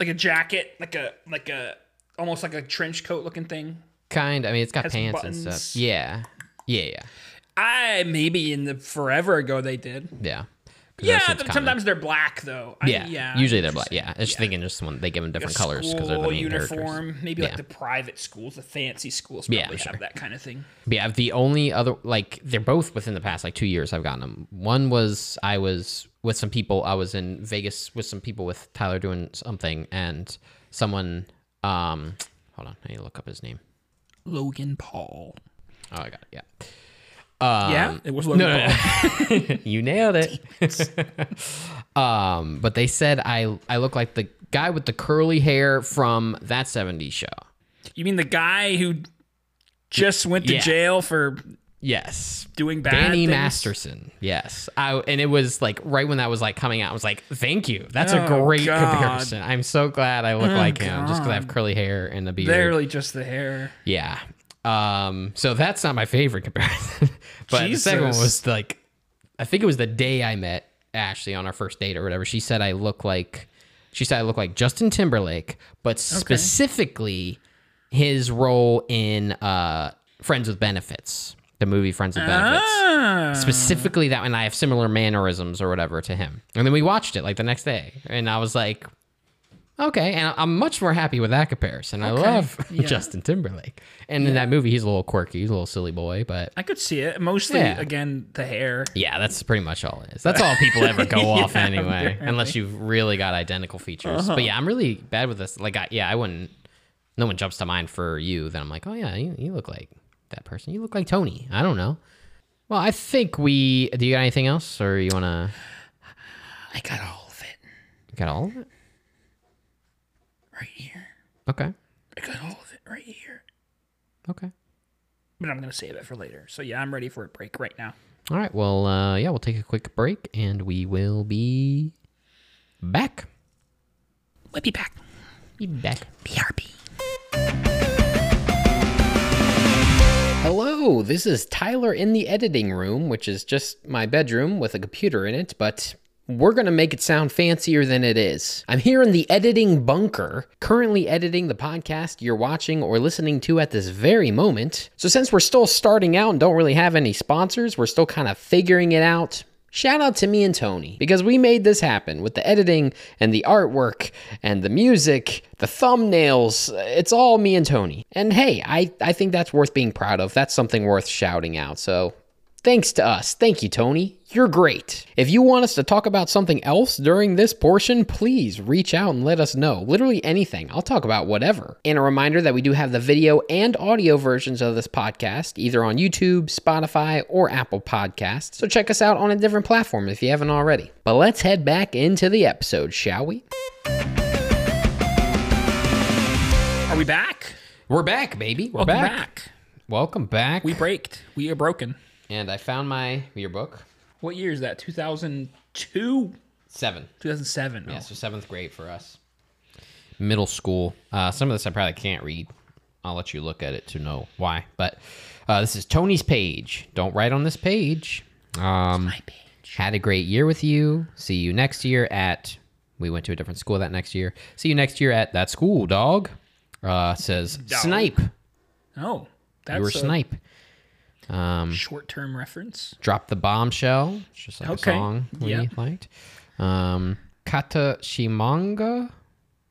like a jacket, like a like a almost like a trench coat looking thing. kind i mean it's got Has pants and buttons. stuff yeah yeah yeah I maybe in the forever ago they did. yeah 'Cause Yeah, that's what's th- common. sometimes they're black though. I- yeah yeah usually they're black yeah i was just thinking just when they give them different colors because they're the School main uniform, characters maybe Yeah. like the private schools, the fancy schools probably Yeah, have sure. that kind of thing. But yeah the only other like they're both within the past like two years i've gotten them one was i was with some people i was in vegas with some people with tyler doing something and someone um hold on i need to look up his name Logan Paul. Oh, I got it. Yeah. yeah, it was Logan Paul. you nailed it. um, but they said I I look like the guy with the curly hair from that 70s show. You mean the guy who just went to Yeah. jail for Yes. Doing bad Danny things? Masterson. Yes. I, and it was like right when that was like coming out, I was like, thank you. That's a Oh, great God. comparison. I'm so glad I look like him just because I have curly hair and a beard. Barely just the hair. Yeah. Um, so that's not my favorite comparison. but the second one Jesus. was like I think it was the day I met Ashley on our first date or whatever. She said I look like she said I look like Justin Timberlake, but specifically his role in uh Friends with Benefits, the movie Friends with Benefits. Ah. Specifically that one I have similar mannerisms or whatever to him. And then we watched it like the next day and I was like Okay, and I'm much more happy with that comparison. I love Justin Timberlake, and in that movie, he's a little quirky, he's a little silly boy, but I could see it. Mostly, Yeah. again, the hair. yeah, that's pretty much all it is. That's all people ever go off anyway, unless you've really got identical features. But yeah, I'm really bad with this. Like, I, yeah, I wouldn't. No one jumps to mind for you. Then I'm like, oh yeah, you, you look like that person. You look like Tony. I don't know. Well, I think we. Do you got anything else, or you wanna I got all of it got all of it? right here. Okay, I got all of it right here. okay. But I'm going to save it for later. So, yeah, I'm ready for a break right now. All right. Well, uh, yeah, we'll take a quick break and we will be back. We'll be back. Be back. BRB. Hello, this is Tyler in the editing room, which is just my bedroom with a computer in it, but we're going to make it sound fancier than it is. I'm here in the editing bunker, currently editing the podcast you're watching or listening to at this very moment. So, since we're still starting out and don't really have any sponsors, we're still kind of figuring it out. Shout out to me and Tony because we made this happen with the editing and the artwork and the music, the thumbnails. It's all me and Tony. And hey, I, I think that's worth being proud of. That's something worth shouting out. So thanks to us. Thank you, Tony. You're great. If you want us to talk about something else during this portion, please reach out and let us know. Literally anything. I'll talk about whatever. And a reminder that we do have the video and audio versions of this podcast either on YouTube, Spotify, or Apple Podcasts. So check us out on a different platform if you haven't already. But let's head back into the episode, shall we? Are we back? We're back, baby. We're Welcome Welcome back. We braked. We are broken. and I found my yearbook. What year is that? 2002? Seven. 2007. Yeah, so seventh grade for us. Middle school. Uh, some of this I probably can't read. I'll let you look at it to know why. But uh, this is Tony's page. Don't write on this page. Oh, Um, my page. Had a great year with you. See you next year at. We went to a different school that next year. See you next year at that school, dog. Uh, says snipe. Oh, that's You were a snipe. Um, short-term reference. Drop the bombshell. It's just like Okay. a song we Yeah. liked. Um, Kata Shimanga,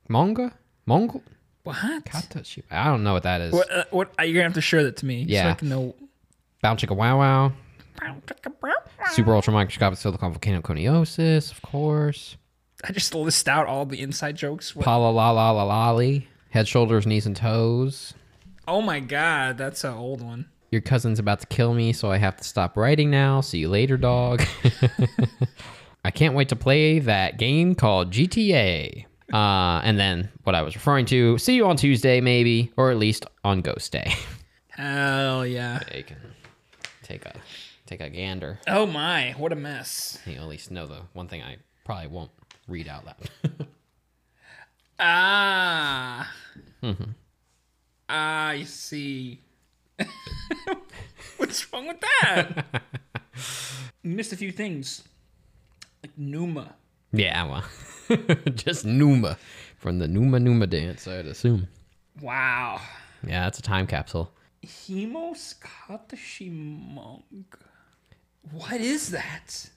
manga, mongol. What? Katashi- I don't know what that is. What, uh, what you're gonna have to share that to me. so I Yeah. can know. Bound chicka wow wow. Super ultra microscopic silicon volcano coniosis, of course. I just list out all the inside jokes. What- Pala la la la lolly. Head, shoulders, knees, and toes. oh my god, that's an old one. Your cousin's about to kill me, so I have to stop writing now. See you later, dog. I can't wait to play that game called GTA. Uh, and then what I was referring to, see you on Tuesday, maybe, or at least on Ghost Day. Hell yeah. they can take a take a gander. Oh my, what a mess. You at least know the one thing I probably won't read out loud. Ah. Mm-hmm. I see. What's wrong with that? you missed a few things, like Numa. yeah, well, just Numa from the Numa Numa dance, I'd assume. Wow. Yeah, that's a time capsule. Himos Katashimong. What is that?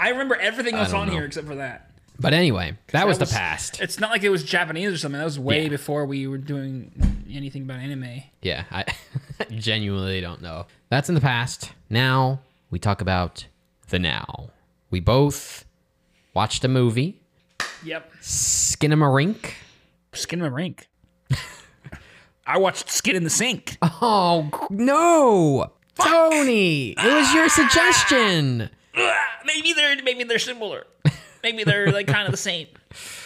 I remember everything else don't on know. here except for that. But anyway, that, was, the past. It's not like it was Japanese or something. That was way Yeah. before we were doing anything about anime. Yeah, I genuinely don't know. That's in the past. Now we talk about the now. We both watched a movie, Yep. Skinamarink. Skin in the rink. I watched Skin in the Sink. Oh no, Tony! It was your suggestion. Ah, maybe they're maybe they're similar. Maybe they're like kind of the same.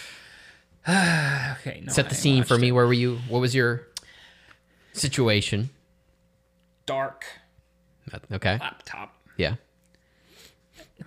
okay, no, Set the I scene for watched me. Where were you? What was your situation? Dark. That- Okay. laptop, Yeah.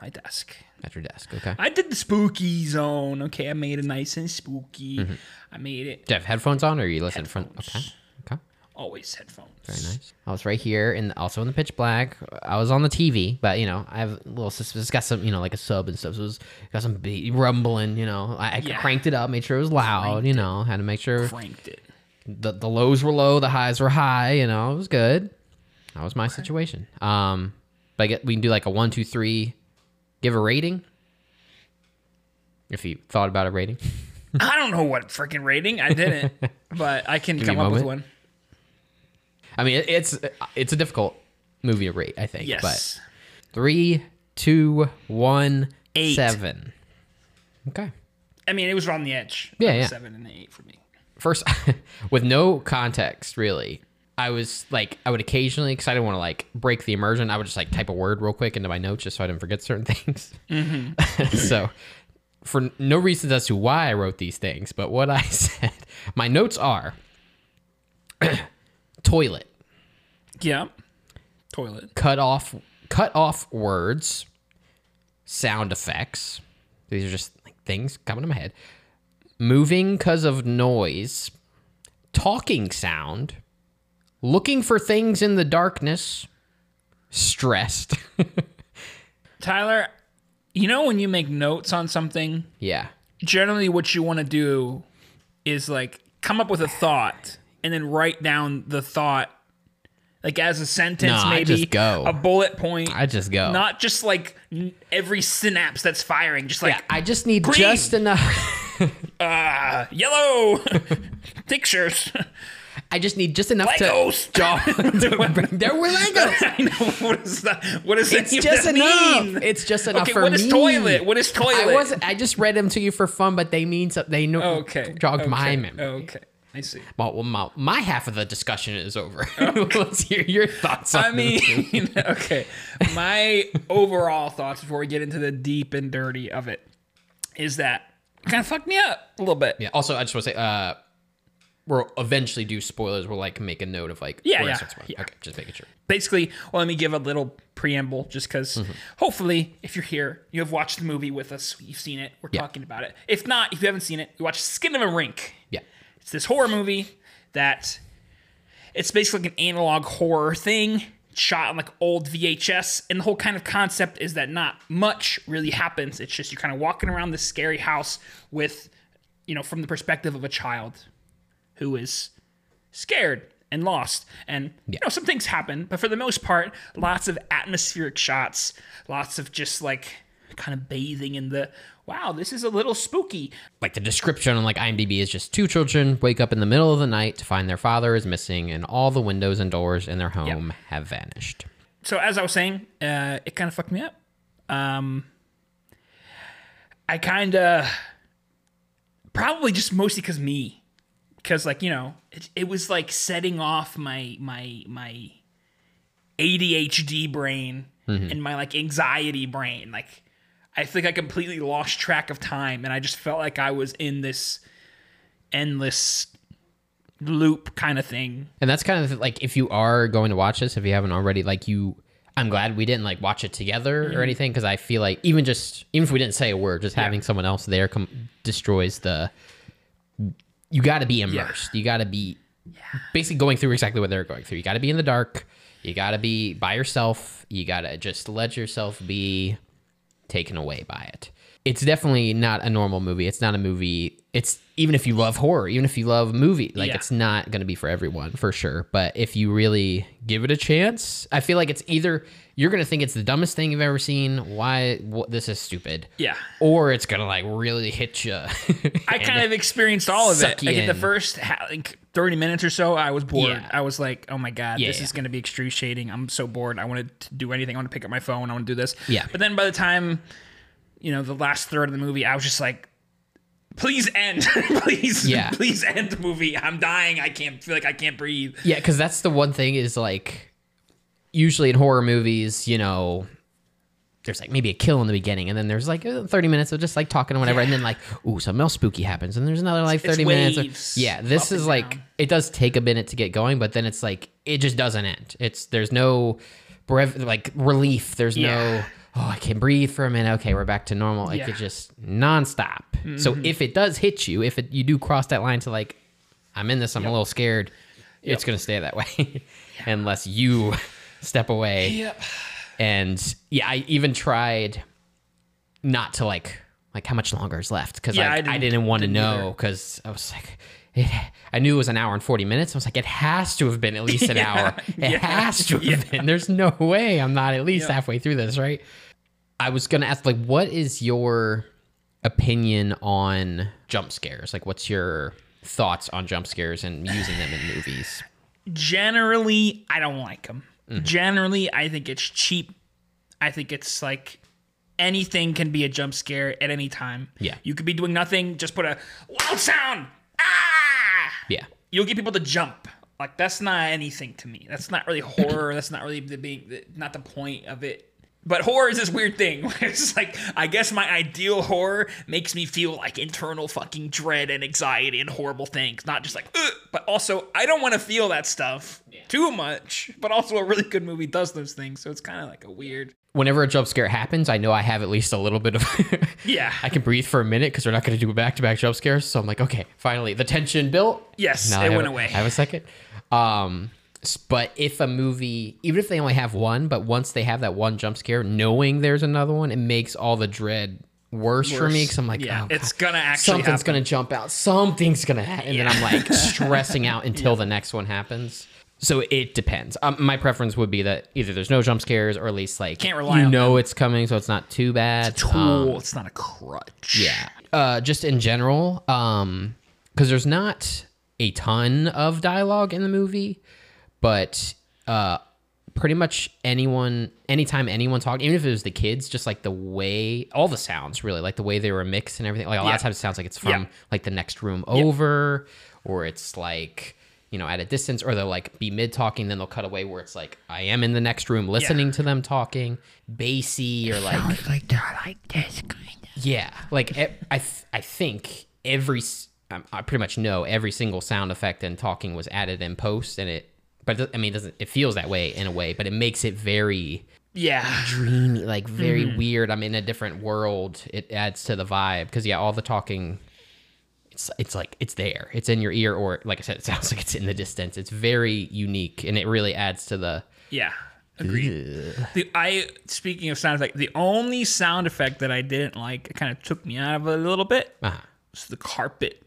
my desk. At your desk. Okay. I did the spooky zone. Okay, I made it nice and spooky. I made it Do you have headphones on, or you listen from? Mm-hmm. Okay. Okay. always headphones. Very nice. I was right here, and also in the pitch black. I was on the TV, but you know, I have a little. sus- It's got some, you know, like a sub and stuff. So it's got some beat, rumbling. You know, I, I Yeah. cranked it up, made sure it was loud. you know, had to make sure Franked it. the, the lows were low, the highs were high. You know, it was good. That was my situation. Um, but I get we can do like a one, two, three. Give a rating. If you thought about a rating, I don't know what freaking rating. I didn't, but I can me a come up with one. moment. I mean, it, it's it's a difficult movie to rate. I think. Yes. But Three, two, one, Eight. seven. Okay. I mean, it was on the edge. Yeah, yeah. Seven and eight for me. First, with no context, really, I was like, I would occasionally, because I didn't want to like break the immersion, I would just like type a word real quick into my notes just so I didn't forget certain things. so, for no reasons as to why I wrote these things, but what I said, my notes are toilet, Yeah. Toilet. cut off cut off words, sound effects. These are just like things coming to my head. Moving because of noise, talking sound, looking for things in the darkness, stressed. Tyler, you know when you make notes on something, yeah. generally what you want to do is like come up with a thought and then write down the thought like as a sentence No, I maybe just go. a bullet point I just go. not just like n- every synapse that's firing just yeah, like I just need Green. just enough. uh, yellow pictures I just need just enough Legos. to. Jaw- there were Legos. I know what is that what is It's just enough. It's just enough okay for what is me. toilet what is toilet I wasn't. I just read them to you for fun, but they mean something. They no- okay jogged okay, my memory. okay I see Well, well, my, my half of the discussion is over. Let's hear your thoughts. On I mean, okay. My overall thoughts before we get into the deep and dirty of it is that kind of fucked me up a little bit. yeah. Also, I just want to say, uh, we'll eventually do spoilers. We'll like make a note of like. Yeah, where yeah, it's from. yeah. Okay, just making sure. Basically, well, let me give a little preamble just because Mm-hmm. hopefully, if you're here, you have watched the movie with us. You've seen it. We're Yeah. talking about it. If not, if you haven't seen it, you watch Skin of a Rink. Yeah. It's this horror movie that it's basically like an analog horror thing shot on like old VHS. And the whole kind of concept is that not much really happens. It's just you're kind of walking around this scary house with, you know, from the perspective of a child who is scared and lost. And, you know, some things happen, but for the most part, lots of atmospheric shots, lots of just like kind of bathing in the wow, this is a little spooky. Like the description on like IMDb is just two children wake up in the middle of the night to find their father is missing and all the windows and doors in their home have vanished. so as I was saying, uh, it kind of fucked me up. Um, I kind of probably just mostly because me, because like you know, it, it was like setting off my my my ADHD brain and my like anxiety brain. Like I think I completely lost track of time, and I just felt like I was in this endless loop kind of thing. And that's kind of like if you are going to watch this, if you haven't already, like you, I'm glad we didn't like watch it together or anything because I feel like even just even if we didn't say a word, just having someone else there com- destroys the. You got to be immersed. You got to be basically going through exactly what they're going through. You got to be in the dark. You got to be by yourself. You got to just let yourself be taken away by it. It's definitely not a normal movie. It's not a movie. It's even if you love horror, even if you love movie, like Yeah. it's not going to be for everyone for sure. But if you really give it a chance, I feel like it's either you're going to think it's the dumbest thing you've ever seen. Why wh- this is stupid. Yeah. Or it's going to like really hit you. I kind of experienced all of it. suck you Like in the in. first ha- like thirty minutes or so, I was bored. Yeah. I was like, "Oh my god, Yeah, this yeah. is going to be excruciating. I'm so bored. I wanted to do anything. I want to pick up my phone. I want to do this." Yeah. But then by the time, you know, the last third of the movie, I was just like, "Please end, please, Yeah. please end the movie. I'm dying. I can't feel like I can't breathe." Yeah, because that's the one thing is like, usually in horror movies, you know, there's like maybe a kill in the beginning, and then there's like uh, 30 minutes of just like talking or whatever, and then like, ooh, something else spooky happens, and there's another like it's 30 minutes. of- waves, yeah, up this is and like down. it does take a minute to get going, but then it's like it just doesn't end. It's there's no brev- like relief. There's no Yeah. oh I can breathe for a minute. Okay, we're back to normal. Like Yeah. Mm-hmm. it just nonstop. So if it does hit you, if it, you do cross that line to like I'm in this, I'm a little scared, it's gonna stay that way unless you step away. Yep. And yeah, I even tried not to like like how much longer is left because Yeah, I, I didn't, didn't- want to didn't either. know because I was like, it, I knew it was an hour and forty minutes. I was like, it has to have been at least an hour. It yeah, has to have been. There's no way I'm not at least Yeah. halfway through this, right? I was gonna ask like, what is your opinion on jump scares? Like, what's your thoughts on jump scares and using them in movies? generally i don't like them generally i think it's cheap i think it's like anything can be a jump scare at any time Yeah. you could be doing nothing just put a loud sound ah Yeah. you'll get people to jump like that's not anything to me that's not really horror that's not really the being the, not the point of it but horror is this weird thing where it's just like i guess my ideal horror makes me feel like internal fucking dread and anxiety and horrible things not just like Ugh, but also i don't want to feel that stuff too much but also a really good movie does those things so it's kind of like a weird Whenever a jump scare happens, I know I have at least a little bit of yeah I can breathe for a minute because we're not going to do back to back jump scares. So I'm like, okay, finally, the tension built. Yes, Now I it have went a- away. I have a second. Um, s- but if a movie, even if they only have one, but once they have that one jump scare, knowing there's another one, it makes all the dread worse, for me Worse. because I'm like, Yeah, oh, God, it's gonna actually something's happen. gonna jump out, something's gonna happen, and then I'm like stressing out until the next one happens. So it depends. Um, my preference would be that either there's no jump scares or at least like Can't rely you on know it's coming, so it's not too bad. tool Um, it's not a crutch yeah. Uh, just in general, um, because there's not a ton of dialogue in the movie, but uh, pretty much anyone, anytime anyone talked, even if it was the kids, just like the way, all the sounds really, like the way they were mixed and everything. Like a lot Yeah. of times it sounds like it's from Yeah. like the next room over, or it's like. You know, at a distance, or they'll like be mid talking, then they'll cut away where it's like, I am in the next room listening to them talking, bassy, or like like they're like this kind of. yeah, like e- I, th- I think every, s- um, I pretty much know every single sound effect and talking was added in post, and it, but it, do- I mean, it doesn't it feels that way in a way, but it makes it very yeah dreamy, like very Mm-hmm. weird. I'm in a different world. It adds to the vibe because yeah, all the talking, it's it's like it's there, it's in your ear, or like I said, it sounds like it's in the distance. It's very unique, and it really adds to the Yeah. Agreed. The, I speaking of sound effect, the only sound effect that I didn't like, it kind of took me out of it a little bit, uh, was the carpet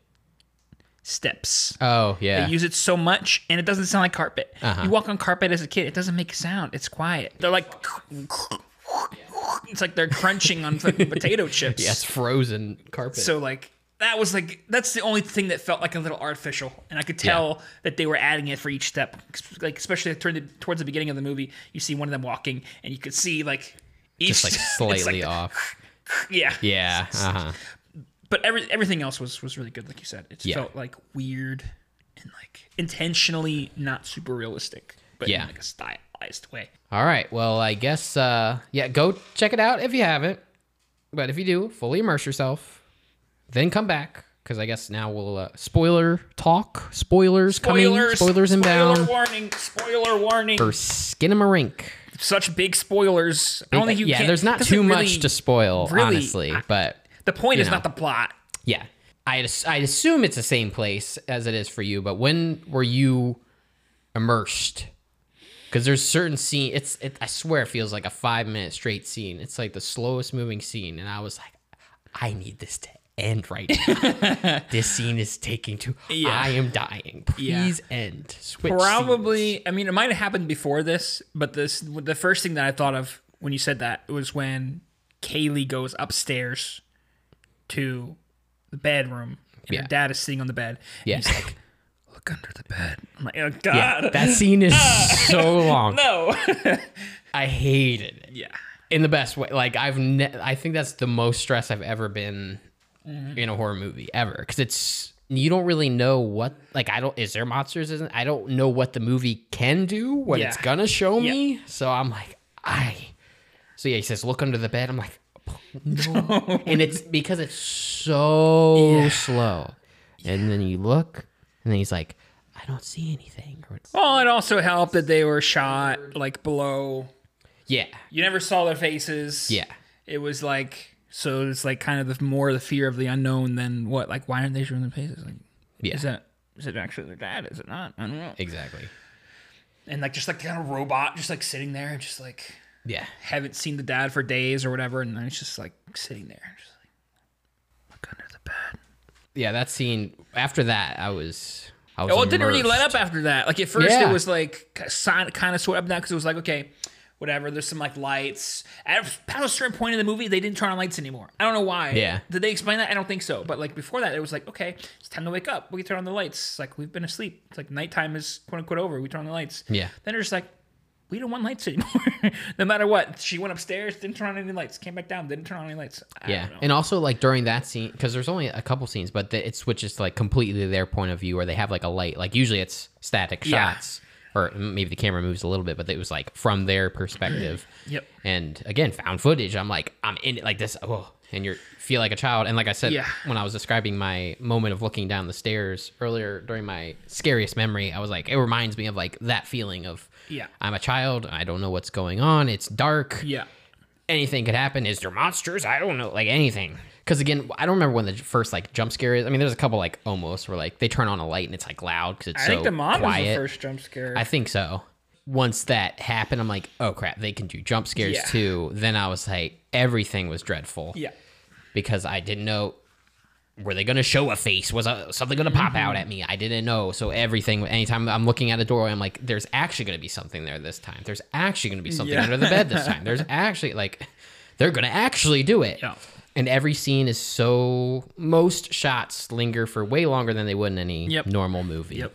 steps. oh yeah, They use it so much, and it doesn't sound like carpet. You walk on carpet as a kid; it doesn't make a sound. It's quiet. They're like, it's like they're crunching on fucking potato chips. yeah, it's frozen carpet. So like that was like that's the only thing that felt like a little artificial, and I could tell that they were adding it for each step. Like especially toward the, towards the beginning of the movie, you see one of them walking, and you could see like each just like it's slightly the- off. yeah, Yeah. Uh-huh. But every, everything else was was really good, like you said. It just Yeah. felt like weird and like intentionally not super realistic, but Yeah. in like a stylized way. All right. Well, I guess uh yeah, go check it out if you haven't. But if you do, fully immerse yourself. Then come back cuz I guess now we'll uh, spoiler talk, spoilers, coming, Spoilers, spoilers spoiler inbound warning, spoiler warning. for Skinamarink. Such big spoilers. I don't think you yeah, can. there's not doesn't too really- much to spoil, really- honestly, but The point you is know. not the plot. yeah. I as- I assume it's the same place as it is for you, but when were you immersed? Because there's certain scene. It's it, I swear it feels like a five minute straight scene. It's like the slowest moving scene, and I was like, I need this to end right now. this scene is taking too. I am dying. Please end. Switch. scenes. Probably, I mean, it might have happened before this, but this the first thing that I thought of when you said that was when Kaylee goes upstairs to the bedroom and Yeah. her dad is sitting on the bed. Yeah. He's like, look under the bed. I'm like, oh, God. Yeah, that scene is so long. no. I hated it. yeah. in the best way. Like I've, ne- I think that's the most stress I've ever been in a horror movie ever because it's you don't really know what like I don't is there monsters isn't I don't know what the movie can do what it's Yeah. gonna show me so I'm like I so yeah he says look under the bed I'm like no and it's because it's so slow and then you look and then he's like I don't see anything or it's Well, it also helped that they were shot like below Yeah. You never saw their faces. Yeah. It was like so. It's like kind of the more the fear of the unknown than what. Like, why aren't they showing their faces? Like, Yeah. is that is it actually their dad? Is it not? I don't know. Exactly. And like just like kind of robot, just like sitting there, and just like Yeah. haven't seen the dad for days or whatever, and then it's just like sitting there, just like look under the bed. Yeah. That scene. After that, I was. I was Well, it Oh, didn't really immersed. let up after that. Like at first, Yeah. it was like kind of sort of up now because it was like okay, whatever. There's some like lights. At a- at a certain point in the movie, they didn't turn on lights anymore. I don't know why. Yeah. Did they explain that? I don't think so. But like before that, it was like okay, it's time to wake up. We can turn on the lights. It's like we've been asleep. It's like nighttime is quote unquote over. We turn on the lights. Yeah. Then they're just like. We don't want lights anymore. no matter what, she went upstairs, didn't turn on any lights. Came back down, didn't turn on any lights. I Yeah, don't know. and also like during that scene because there's only a couple scenes, but th- it switches to, like completely their point of view, where they have like a light. Like usually it's static Yeah. shots, or maybe the camera moves a little bit, but it was like from their perspective. Yep. And again, found footage. I'm like, I'm in it like this. Oh, and you feel like a child. And like I said Yeah. when I was describing my moment of looking down the stairs earlier during my scariest memory, I was like, it reminds me of like that feeling of Yeah. I'm a child. I don't know what's going on. It's dark yeah. anything could happen. Is there monsters? I don't know, like anything. Because again, I don't remember when the j- first like jump scare is. I mean, there's a couple like almost where like they turn on a light and it's like loud because it's I so think the mom quiet. was the first jump scare. I think so. Once that happened, I'm like, oh crap, they can do jump scares Yeah. too. Then I was like, everything was dreadful. yeah. Because I didn't know were they going to show a face? Was uh, something going to pop Mm-hmm. out at me? I didn't know. So everything, anytime I'm looking at a doorway, I'm like, there's actually going to be something there this time. There's actually going to be something Yeah. under the bed this time. There's actually, like, they're going to actually do it. Yeah. And every scene is so, most shots linger for way longer than they would in any Yep. normal movie. Yep.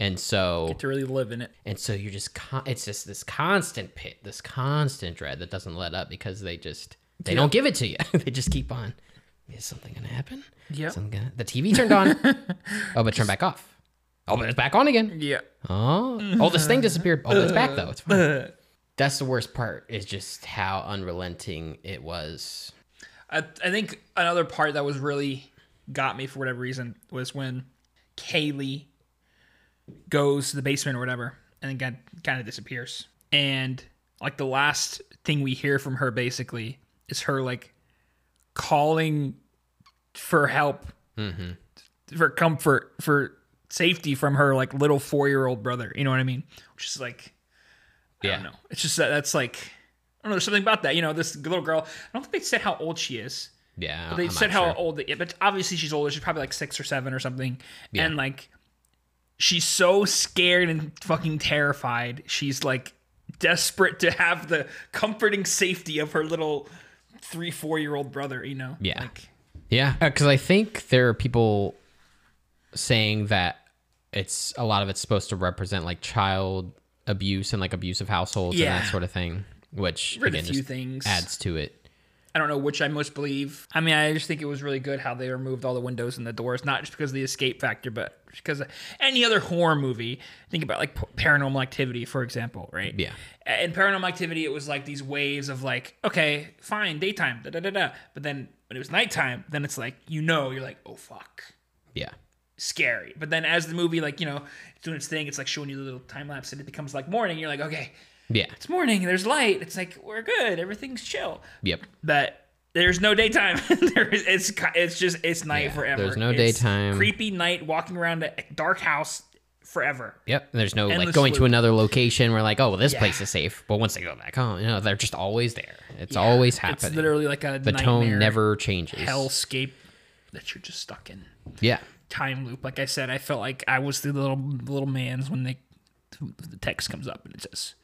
And so, To really live in it. and so you're just, con- it's just this constant pit, this constant dread that doesn't let up because they just, they don't give it to you. they just keep on. Is something going to happen? Yeah. Something gonna- the TV turned on. oh, but turned back off. Oh, but it's back on again. Yeah. Oh, oh, this thing disappeared. Oh, but it's back though. It's fine. That's the worst part is just how unrelenting it was. I, I think another part that was really got me for whatever reason was when Kaylee goes to the basement or whatever and then kind of disappears. And like the last thing we hear from her basically is her like calling for help, for comfort, for safety from her like little four year old brother. You know what I mean? Which is like, I Yeah. don't know. It's just that that's like, I don't know. There's something about that. You know, this little girl, I don't think they said how old she is. Yeah. They I'm said not how sure. old, yeah, but obviously she's older. She's probably like six or seven or something. And like, she's so scared and fucking terrified. She's like desperate to have the comforting safety of her little three, four year old brother, you know? Yeah. Like, Yeah, because uh, I think there are people saying that it's a lot of it's supposed to represent like child abuse and like abusive households and Yeah. that sort of thing, which Read a again few just things. adds to it. I don't know which I most believe. I mean, I just think it was really good how they removed all the windows and the doors, not just because of the escape factor, but because of any other horror movie. Think about like P- Paranormal Activity, for example, right? Yeah. In Paranormal Activity, it was like these waves of like, okay, fine, daytime, da da da da. But then when it was nighttime, then it's like, you know, you're like, oh fuck, Yeah. scary. But then as the movie, like, you know, it's doing its thing, it's like showing you the little time lapse and it becomes like morning. You're like, okay, Yeah. it's morning, there's light. It's like, we're good, everything's chill Yep. that there's no daytime. there is, it's ki- it's just it's night Yeah, forever. there's no It's daytime. Creepy night walking around a dark house forever. Yep. And there's no like Endless going to loop. another location where like, oh, well, this Yeah. place is safe. But once they go back home, you know, they're just always there. It's always happening. It's literally like a the nightmare tone never changes. hellscape that you're just stuck in Yeah. time loop. Like I said, I felt like I was the little little man's when they the text comes up and it says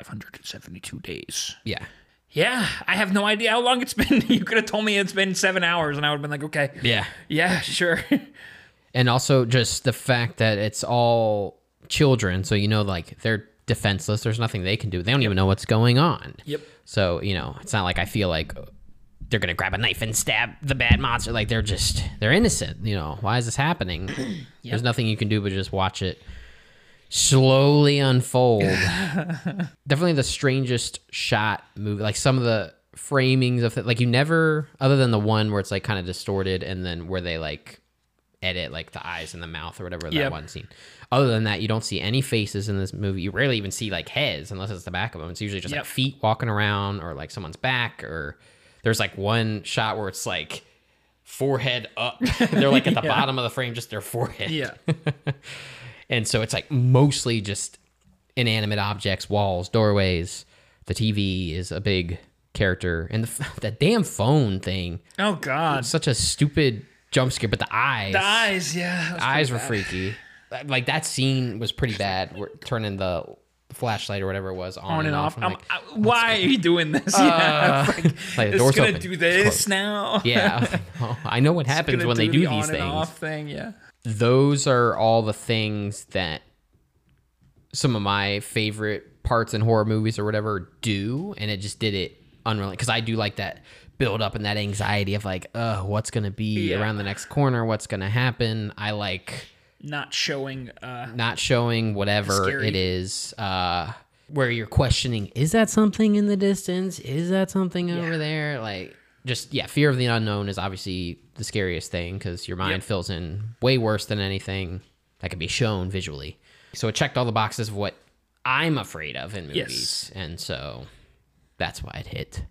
572 days. Yeah. Yeah, I have no idea how long it's been. you could have told me it's been seven hours, and I would have been like, okay, Yeah. yeah, sure. And also just the fact that it's all children. So, you know, like they're defenseless. There's nothing they can do. They don't even know what's going on. Yep. So, you know, it's not like I feel like they're going to grab a knife and stab the bad monster. Like they're just, they're innocent. You know, why is this happening? There's nothing you can do but just watch it slowly unfold. Definitely the strangest shot movie. Like some of the framings of it, like you never, other than the one where it's like kind of distorted and then where they like edit like the eyes and the mouth or whatever that Yep. one scene. Other than that, you don't see any faces in this movie. You rarely even see like heads unless it's the back of them. It's usually just Yep. like feet walking around or like someone's back or there's like one shot where it's like forehead up. They're like at the bottom of the frame, just their forehead. Yeah. And so it's like mostly just inanimate objects, walls, doorways. The TV is a big character, and the f- that damn phone thing. Oh God. Such a stupid jump scare, but the eyes, The eyes. Yeah. the eyes were freaky. Like- Like that scene was pretty bad. We're turning the flashlight or whatever it was on, on and off. I'm I'm- like, I- why are you doing this? yeah, it's like, like, the it's door's gonna open. do It's this closed. now. yeah, I was like, "Oh, I know what It's happens gonna when they do do the these on and things. off thing. Yeah. those are all the things that some of my favorite parts in horror movies or whatever do, and it just did it unrelated because I do like that build up and that anxiety of like, uh, what's gonna be Yeah. around the next corner? What's gonna happen? I like Not showing. Uh, not showing whatever Scary. it is, uh, where you're questioning, is that something in the distance? Is that something over there? Like, just yeah, fear of the unknown is obviously the scariest thing because your mind fills in way worse than anything that can be shown visually. So it checked all the boxes of what I'm afraid of in movies, and so that's why it hit.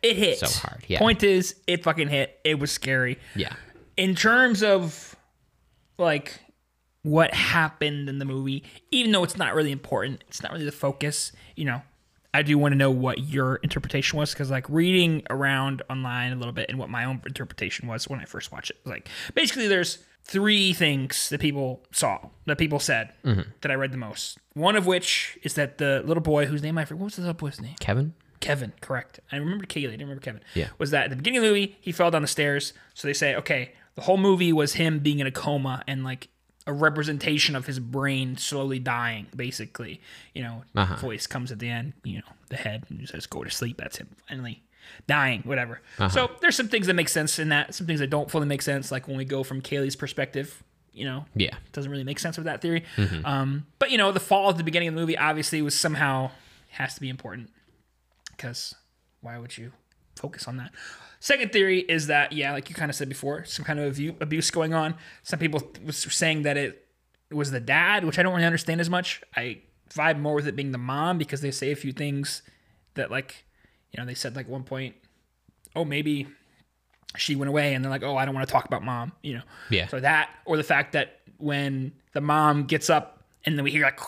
it hit So hard, yeah. Point is, it fucking hit. It was scary. Yeah, in terms of like what happened in the movie, even though it's not really important, it's not really the focus, you know. I do want to know what your interpretation was because, like, reading around online a little bit and what my own interpretation was when I first watched it. Like, basically, there's three things that people saw, that people said that I read the most. One of which is that the little boy whose name I forget, what was the little boy's name? Kevin. Kevin, correct. I remember Kaylee. I didn't remember Kevin. Yeah. Was that at the beginning of the movie, he fell down the stairs. So they say, okay, the whole movie was him being in a coma and like a representation of his brain slowly dying, basically. You know, voice comes at the end, you know, the head and says, go to sleep. That's him finally dying, whatever. So there's some things that make sense in that, some things that don't fully make sense. Like when we go from Kaylee's perspective, you know, Yeah, doesn't really make sense with that theory. Um, but you know, the fall at the beginning of the movie obviously was somehow has to be important because why would you focus on that? Second theory is that yeah, like you kind of said before, some kind of abu- abuse going on. Some people th- was saying that it was the dad, which I don't really understand as much. I vibe more with it being the mom because they say a few things that like you know they said like at one point, oh maybe she went away and they're like oh I don't want to talk about mom, you know. Yeah. So that or the fact that when the mom gets up and then we hear like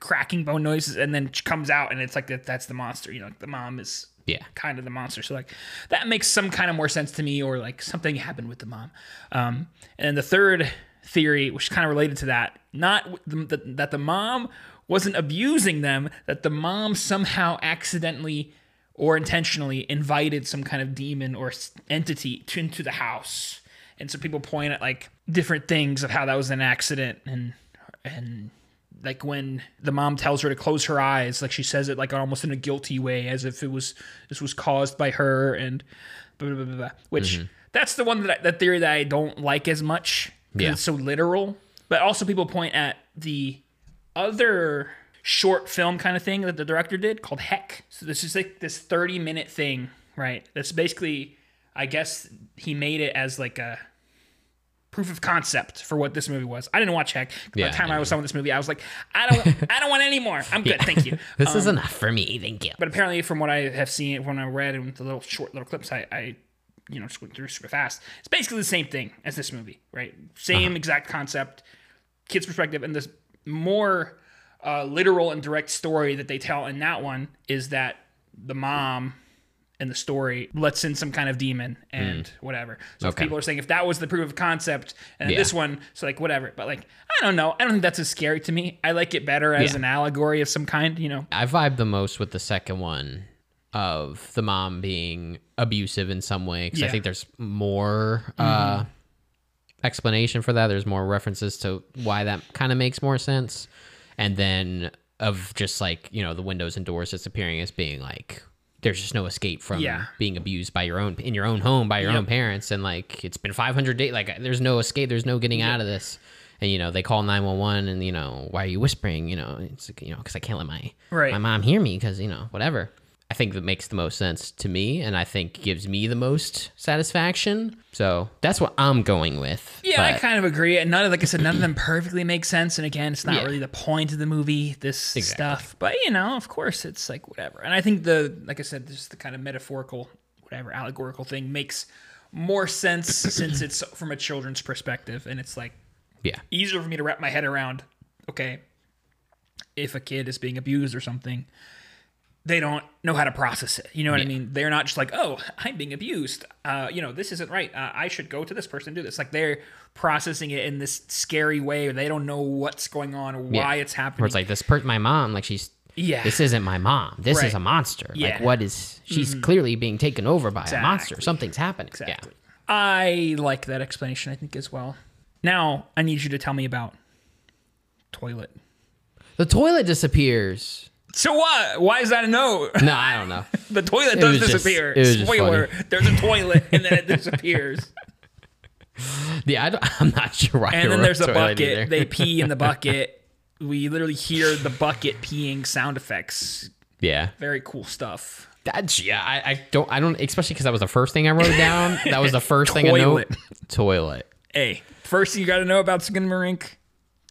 cracking bone noises and then she comes out and it's like that that's the monster you know like the mom is yeah, kind of the monster so like that makes some kind of more sense to me or like something happened with the mom um and then the third theory which is kind of related to that not w- the, the, that the mom wasn't abusing them that the mom somehow accidentally or intentionally invited some kind of demon or s- entity to, into the house and so people point at like different things of how that was an accident and and like when the mom tells her to close her eyes like she says it like almost in a guilty way as if it was this was caused by her and blah blah blah, blah, blah which Mm-hmm. that's the one that I, that theory that I don't like as much 'cause Yeah. it's so literal but also people point at the other short film kind of thing that the director did called Heck. So this is like this 30 minute thing, right? That's basically I guess he made it as like a proof of concept for what this movie was. I didn't watch Heck. Yeah, By the time I I was on this movie, I was like, I don't I don't want any more. I'm good, thank you. this is enough for me. Thank you. But apparently, from what I have seen, when I read and the little short little clips, I, I you know, just went through super fast. It's basically the same thing as this movie, right? Same Uh-huh. exact concept, kid's perspective, and this more uh, literal and direct story that they tell in that one is that the mom in the story lets in some kind of demon and whatever. So if Hmm. Okay. people are saying if that was the proof of concept and Yeah. this one, so like whatever. But like I don't know. I don't think that's as scary to me. I like it better as Yeah. an allegory of some kind, you know. I vibe the most with the second one of the mom being abusive in some way because I Yeah. Mm-hmm. think there's more uh, explanation for that. There's more references to why that kind of makes more sense, and then of just like you know the windows and doors disappearing as being like there's just no escape from Yeah. being abused by your own in your own home by your own parents and like it's been 500 days like there's no escape there's no getting out of this and you know they call 911 and you know why are you whispering you know it's like, you know because i can't let my Right. my mom hear me because you know whatever I think that makes the most sense to me, and I think gives me the most satisfaction. So that's what I'm going with. Yeah, I but- kind of agree. And none of, like I said, none of them perfectly make sense. And again, it's not Yeah. really the point of the movie, this Exactly. stuff. But, you know, of course, it's like whatever. And I think the, like I said, just the kind of metaphorical, whatever, allegorical thing makes more sense since it's from a children's perspective. And it's like yeah, easier for me to wrap my head around, okay, if a kid is being abused or something, they don't know how to process it. You know what I Yeah. mean? They're not just like, oh, I'm being abused. Uh, you know, this isn't right. Uh, I should go to this person and do this. Like they're processing it in this scary way. Or they don't know what's going on or why it's happening. Where it's like this person, my mom, like she's. Yeah. This isn't my mom. This Right. is a monster. Like, Yeah. Mm-hmm. what is. She's clearly being taken over by a monster. Exactly. Something's happening. Exactly. Yeah. I like that explanation, I think, as well. Now, I need you to tell me about toilet. The toilet disappears. So what? Why is that a no? No, I don't know. The toilet It does was just- disappear. it was just Spoiler: There's a toilet, and then it disappears. Yeah, I don't, I'm not sure why. And there then were there's a toilet bucket. either. They pee in the bucket. We literally hear the bucket peeing sound effects. yeah, Very cool stuff. that's yeah. I, I don't. I don't. Especially because that was the first thing I wrote down. that was the first thing I know. Toilet. Toilet. Hey, first thing you got to know about Skinamarink.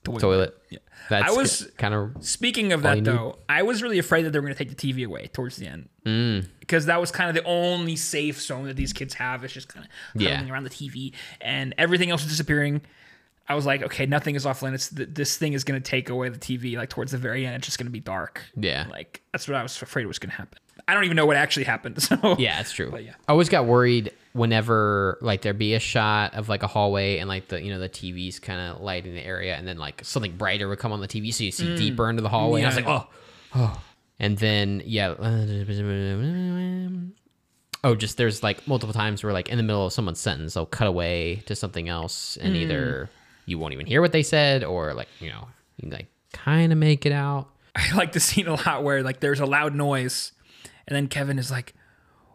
Toilet. Yeah. That's I was- kind of Speaking of you that, need. though, I was really afraid that they were going to take the TV away towards the end Mm. because that was kind of the only safe zone that these kids have. It's just kind of Yeah. huddling around the TV, and everything else is disappearing. I was like, okay, nothing is off limits. Th- This thing is going to take away the TV. Like towards the very end, it's just going to be dark. yeah. Like that's what I was afraid was going to happen. I don't even know what actually happened. So Yeah, it's true. yeah. I always got worried whenever like there'd be a shot of like a hallway and like the you know the TV's kind of lighting the area and then like something brighter would come on the TV so you Mm. see deeper into the hallway and I was like oh oh and then yeah oh just there's like multiple times where like in the middle of someone's sentence they'll cut away to something else and either you won't even hear what they said or like you know you like kind of make it out I like the scene a lot where like there's a loud noise, and then Kevin is like,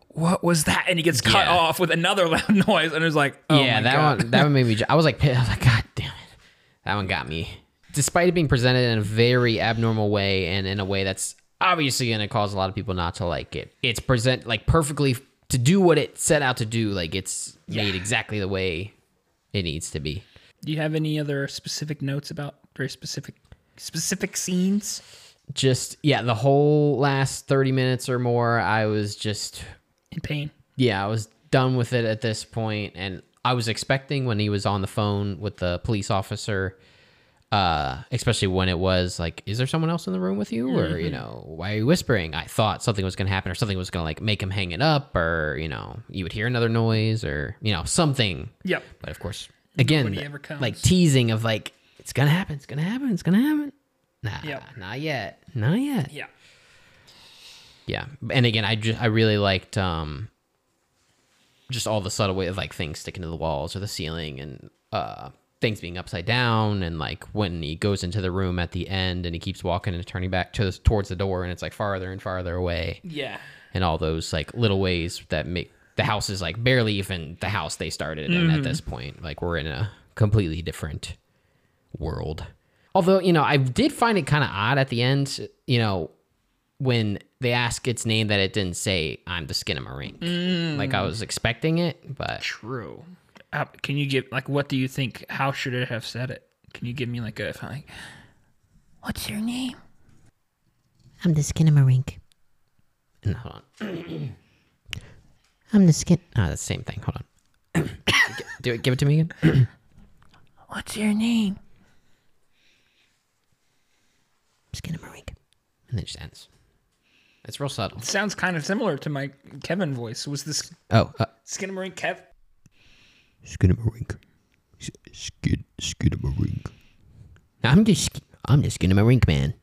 "What was that?" And he gets cut Yeah. off with another loud noise, and it's like, "Oh yeah, my that God. one that one made me. ju- I was like, pi- I was like, God damn it, that one got me. Despite it being presented in a very abnormal way and in a way that's obviously going to cause a lot of people not to like it, it's present like perfectly to do what it set out to do. Like it's made exactly the way it needs to be. Do you have any other specific notes about very specific specific scenes? Just yeah, the whole last thirty minutes or more, I was just In pain. yeah, I was done with it at this point, and I was expecting when he was on the phone with the police officer, uh, especially when it was like, "Is there someone else in the room with you?" Or Mm-hmm. you know, "Why are you whispering?" I thought something was going to happen, or something was going to like make him hang it up, or you know, you would hear another noise, or you know, something. Yep. But of course, again, Nobody ever comes. like teasing of like, "It's gonna happen. It's gonna happen. It's gonna happen." Nah, Yep. not yet. Not yet. Yeah. Yeah, and again, I just I really liked um, just all the subtle way of like things sticking to the walls or the ceiling and uh things being upside down and like when he goes into the room at the end and he keeps walking and turning back to towards the door and it's like farther and farther away Yeah. and all those like little ways that make the house is like barely even the house they started in at this point. Like we're in a completely different world. Although, you know, I did find it kind of odd at the end, you know, when they ask its name that it didn't say I'm the skin of marine. Like I was expecting it, but True. Uh, can you give like what do you think? How should it have said it? Can you give me like a if I like What's your name? I'm the Skinamarink. no, hold on. I'm the skin. No, that's the same thing. Hold on. Do it give it to me again? What's your name? Skinamarink. And then it just ends. It's real subtle. sounds kind of similar to my Kevin voice? Was this Oh, uh, Skin Marine Kev? Skidamarink. S- Skid, skidamarink. I'm just I'm the skin of marink man.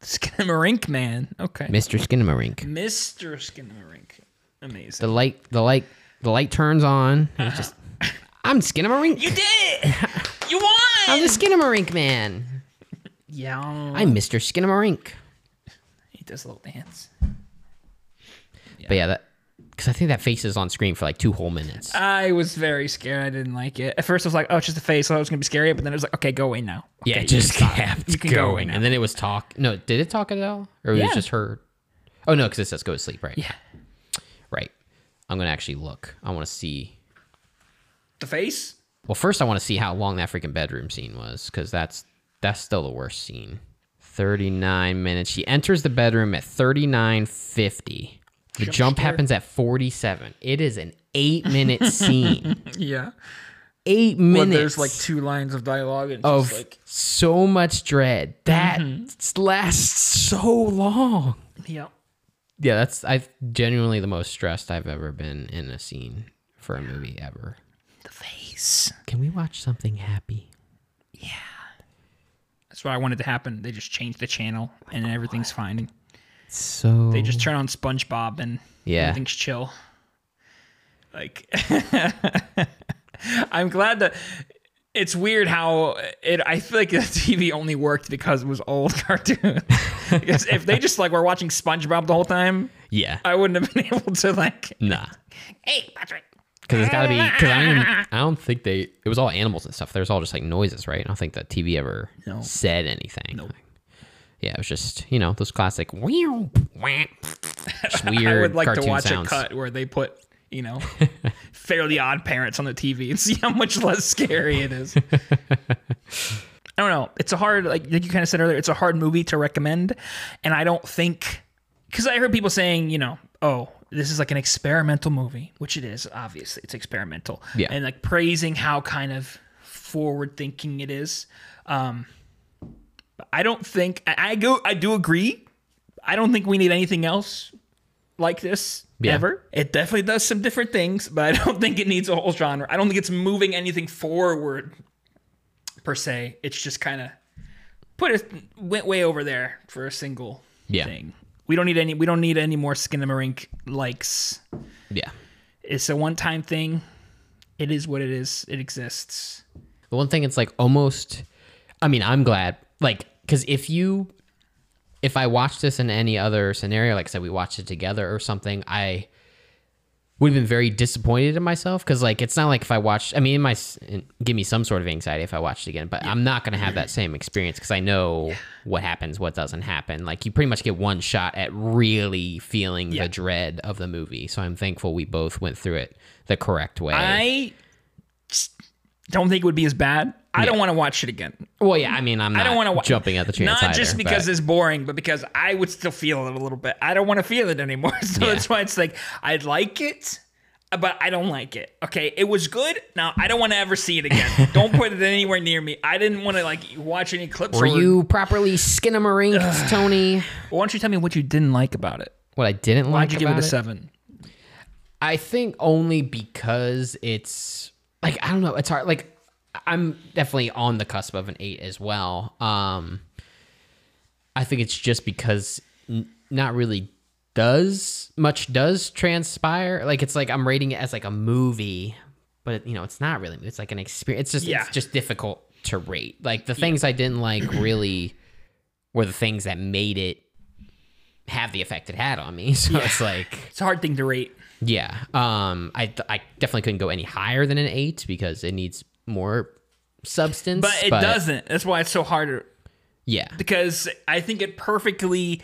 Skinamarink man. Okay. Mr. Skin of marink. Mr. Skinamarink. Amazing. the light the light the light turns on and it's just I'm Skinamarink. Uh-huh. You did it! You won! I'm the Skinamarink man. Yeah. I'm Mr. Skinamarink. He does a little dance. But yeah, that because I think that face is on screen for like two whole minutes. I was very scared. I didn't like it. At first, I was like, oh, it's just a face. I thought it was going to be scary. But then it was like, okay, go away now. yeah, Okay, it just stop. kept You can go going, now. and then it was talk. No, did it talk at all, or it Yeah. was just her? Oh no, because it says go to sleep, right? Yeah. Right. I'm gonna actually look. I want to see. The face? Well, first I want to see how long that freaking bedroom scene was, because that's that's still the worst scene. 39 minutes. She enters the bedroom at 39:50. The jump happens at 47. It is an eight minute scene. Yeah. Eight But minutes. there's like two lines of dialogue and of just like Mm-hmm. so much dread that s- lasts so long. yeah. Yeah, that's I genuinely the most stressed I've ever been in a scene for a movie ever. The face. Can we watch something happy? That's what I wanted to happen. They just change the channel and everything's fine. So They just turn on SpongeBob and Yeah. everything's chill. Like I'm glad that it's weird how it I feel like the TV only worked because it was old cartoon. because if they just like were watching SpongeBob the whole time, yeah, I wouldn't have been able to like nah, Hey, Patrick. because it's gotta be because I don't even, I don't think they it was all animals and stuff. There's all just like noises, right? I don't think the TV ever said anything. No. Yeah, it was just you know those classic wow, wah, just weird I would like cartoon to watch sounds. a cut where they put, you know, Fairly Odd Parents on the TV and see how much less scary it is. I don't know. It's a hard, like, like you kind of said earlier, it's a hard movie to recommend. And I don't think, because I heard people saying, you know, oh, this is like an experimental movie, which it is, obviously. It's experimental. Yeah. And like praising how kind of forward thinking it is. Um, but I don't think, I, I go, I do agree. I don't think we need anything else like this Yeah. ever. It definitely does some different things, but I don't think it needs a whole genre. I don't think it's moving anything forward per se. It's just kind of put it went way over there for a single Yeah. thing. We don't need any. We don't need any more Skinamarink likes. Yeah. It's a one-time thing. It is what it is. It exists. The one thing it's like almost I mean, I'm glad like cuz if you if I watched this in any other scenario, like I said we watched it together or something, I would have been very disappointed in myself cuz like it's not like if I watched I mean, it might s- give me some sort of anxiety if I watched it again, but I'm not going to have that same experience cuz I know what happens, what doesn't happen. Like you pretty much get one shot at really feeling the dread of the movie. So I'm thankful we both went through it the correct way. I just don't think it would be as bad. I don't want to watch it again. Well, yeah, I mean, I'm not I don't want to jumping at the chance. Not just either, because but- it's boring, but because I would still feel it a little bit. I don't want to feel it anymore. So that's why it's like I like it, but I don't like it. Okay, it was good. Now I don't want to ever see it again. don't put it anywhere near me. I didn't want to like watch any clips. were or- you properly skinnamarink, Tony? Why don't you tell me what you didn't like about it? What I didn't like Why'd you give it about a seven? I think only because it's like I don't know. It's hard. Like I'm definitely on the cusp of an eight as well. Um, I think it's just because n- not really does much does transpire. Like it's like I'm rating it as like a movie, but you know it's not really. It's like an experience. It's just Yeah. it's just difficult to rate. Like the things I didn't like really were the things that made it have the effect it had on me. So it's like It's a hard thing to rate. yeah. Um. I I definitely couldn't go any higher than an eight because it needs more substance. But it doesn't. That's why it's so hard Yeah. because I think it perfectly,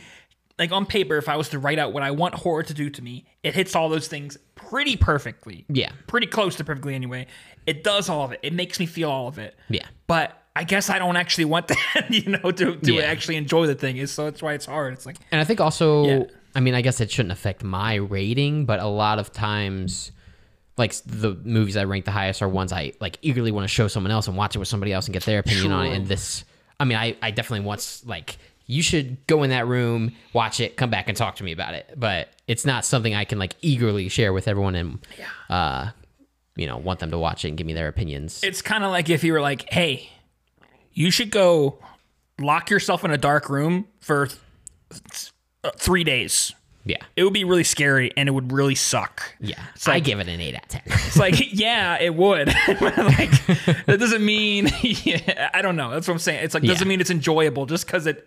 like on paper, if I was to write out what I want horror to do to me, it hits all those things pretty perfectly. Yeah. Pretty close to perfectly, anyway. It does all of it. It makes me feel all of it. Yeah. But I guess I don't actually want that, you know, to, to Yeah. actually enjoy the thing. Is So that's why it's hard. It's like, And I think also, Yeah. I mean, I guess it shouldn't affect my rating, but a lot of times, like s- the movies I rank the highest are ones I like eagerly want to show someone else and watch it with somebody else and get their opinion on it. And this, I mean, I I definitely want s- like you should go in that room, watch it, come back and talk to me about it. But it's not something I can like eagerly share with everyone and, uh, you know, want them to watch it and give me their opinions. it's kind of like if you were like, hey, you should go lock yourself in a dark room for th- th- uh, three days. yeah, It would be really scary and it would really suck. yeah. It's like- I give it an eight out of ten. It's like, yeah, it would. like, that doesn't mean. Yeah, I don't know. That's what I'm saying. It's like doesn't Yeah. mean it's enjoyable just because it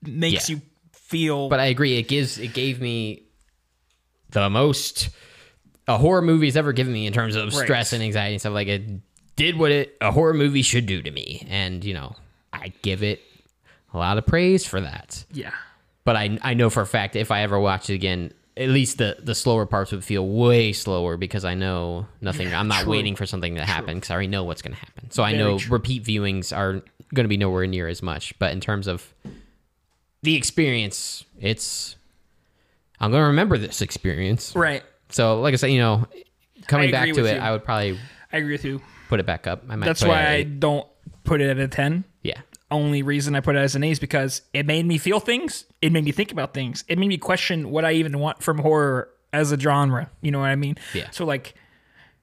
makes Yeah. you feel. but I agree. It gives it gave me the most a horror movie's ever given me in terms of stress and anxiety and stuff. Like it did what it a horror movie should do to me, and you know I give it a lot of praise for that. yeah, But I I know for a fact if I ever watch it again, at least the the slower parts would feel way slower because I know nothing. I'm not waiting for something to happen because I already know what's going to happen. So I know repeat viewings are going to be nowhere near as much. But in terms of the experience, it's I'm going to remember this experience. Right. So like I said, you know, coming I back agree to with it, you. I would probably I agree with you. put it back up. I might That's put it why at I eight. don't put it at a 10. yeah. Only reason I put it as an 8 is because it made me feel things. It made me think about things. It made me question what I even want from horror as a genre. You know what I mean? Yeah. So, like,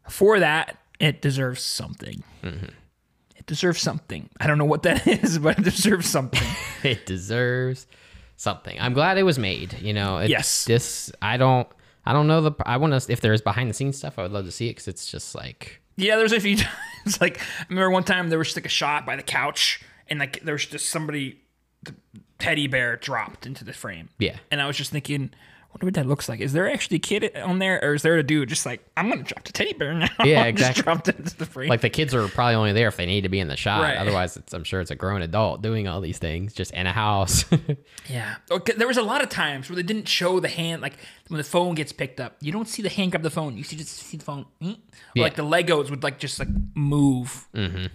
for that, it deserves something. It deserves something. I don't know what that is, but it deserves something. it deserves something. I'm glad it was made. You know, it, Yes. This I don't. I don't know the. I want to. If there is behind the scenes stuff, I would love to see it because it's just like Yeah, there's a few times. Like I remember one time there was just like a shot by the couch, and like there was just somebody, the teddy bear dropped into the frame. Yeah. and I was just thinking, I wonder what that looks like. Is there actually a kid on there, or is there a dude just like I'm gonna drop the teddy bear now? Yeah, exactly. just dropped it into the frame. like the kids are probably only there if they need to be in the shot. Right. Otherwise, it's, I'm sure it's a grown adult doing all these things just in a house. yeah, okay, there was a lot of times where they didn't show the hand. Like when the phone gets picked up, you don't see the hand grab the phone. You see just see the phone. mm. Yeah. Or, Mm-hmm. Like the Legos would like just like move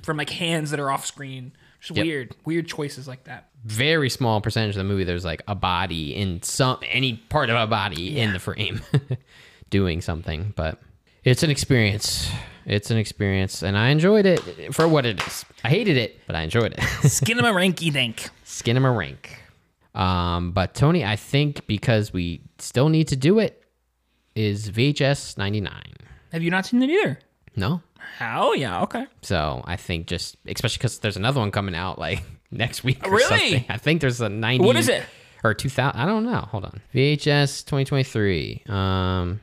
from like hands that are off screen. Just weird, weird choices like that. Very small percentage of the movie. There's like a body in some any part of a body in the frame doing something, but it's an experience. It's an experience, and I enjoyed it for what it is. I hated it, but I enjoyed it. Skin him a ranky dink. skin him a rank. Um, but Tony, I think because we still need to do it, is VHS 99. Have you not seen it either? No? Hell yeah, okay. So I think just, especially because there's another one coming out like next week. Or Really? Something. I think there's a 90. What is it? Or 2000. I don't know. Hold on. VHS 2023. Um,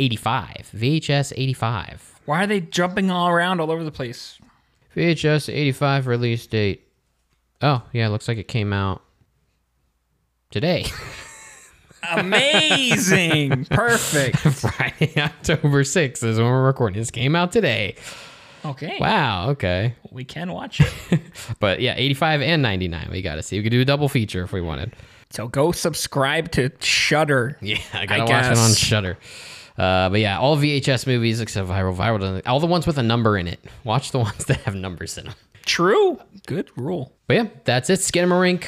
85. VHS 85. Why are they jumping all around all over the place? VHS 85 release date. Oh, yeah, looks like it came out today. Amazing. Perfect. Friday, October 6th is when we're recording. This came out today. Okay. Wow, okay. We can watch it. But yeah, 85 and 99, we got to see. We could do a double feature if we wanted. So go subscribe to Shudder. Yeah, I got to watch it on guess. Shudder. Uh, but yeah, all VHS movies except Viral Viral, doesn't- all the ones with a number in it. Watch the ones that have numbers in them. True. Good rule. But yeah, that's it. Skinamarink.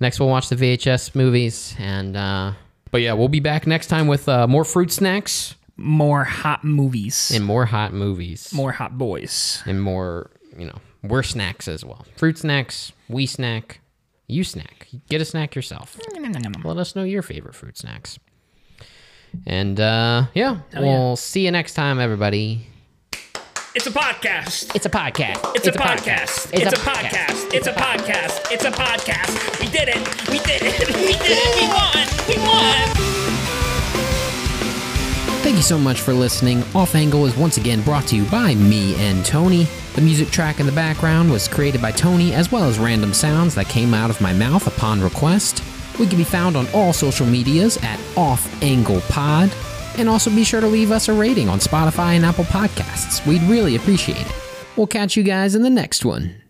Next, we'll watch the VHS movies. And, uh, but yeah, we'll be back next time with uh, more fruit snacks More hot movies. and more hot movies. More hot boys. and more, you know, we're snacks as well. Fruit snacks, we snack, you snack. Get a snack yourself. Mm. Let us know your favorite fruit snacks. And uh, yeah, we'll see you next time, everybody. It's a podcast. It's a podcast. It's, a, podcast. It's, a, podcast. It's a podcast. It's a podcast. We did it. We did it. We did it. We won. We won. Thank you so much for listening. Off Angle is once again brought to you by me and Tony. The music track in the background was created by Tony, as well as random sounds that came out of my mouth upon request. We can be found on all social medias at Off Angle Pod. And also be sure to leave us a rating on Spotify and Apple Podcasts. We'd really appreciate it. We'll catch you guys in the next one.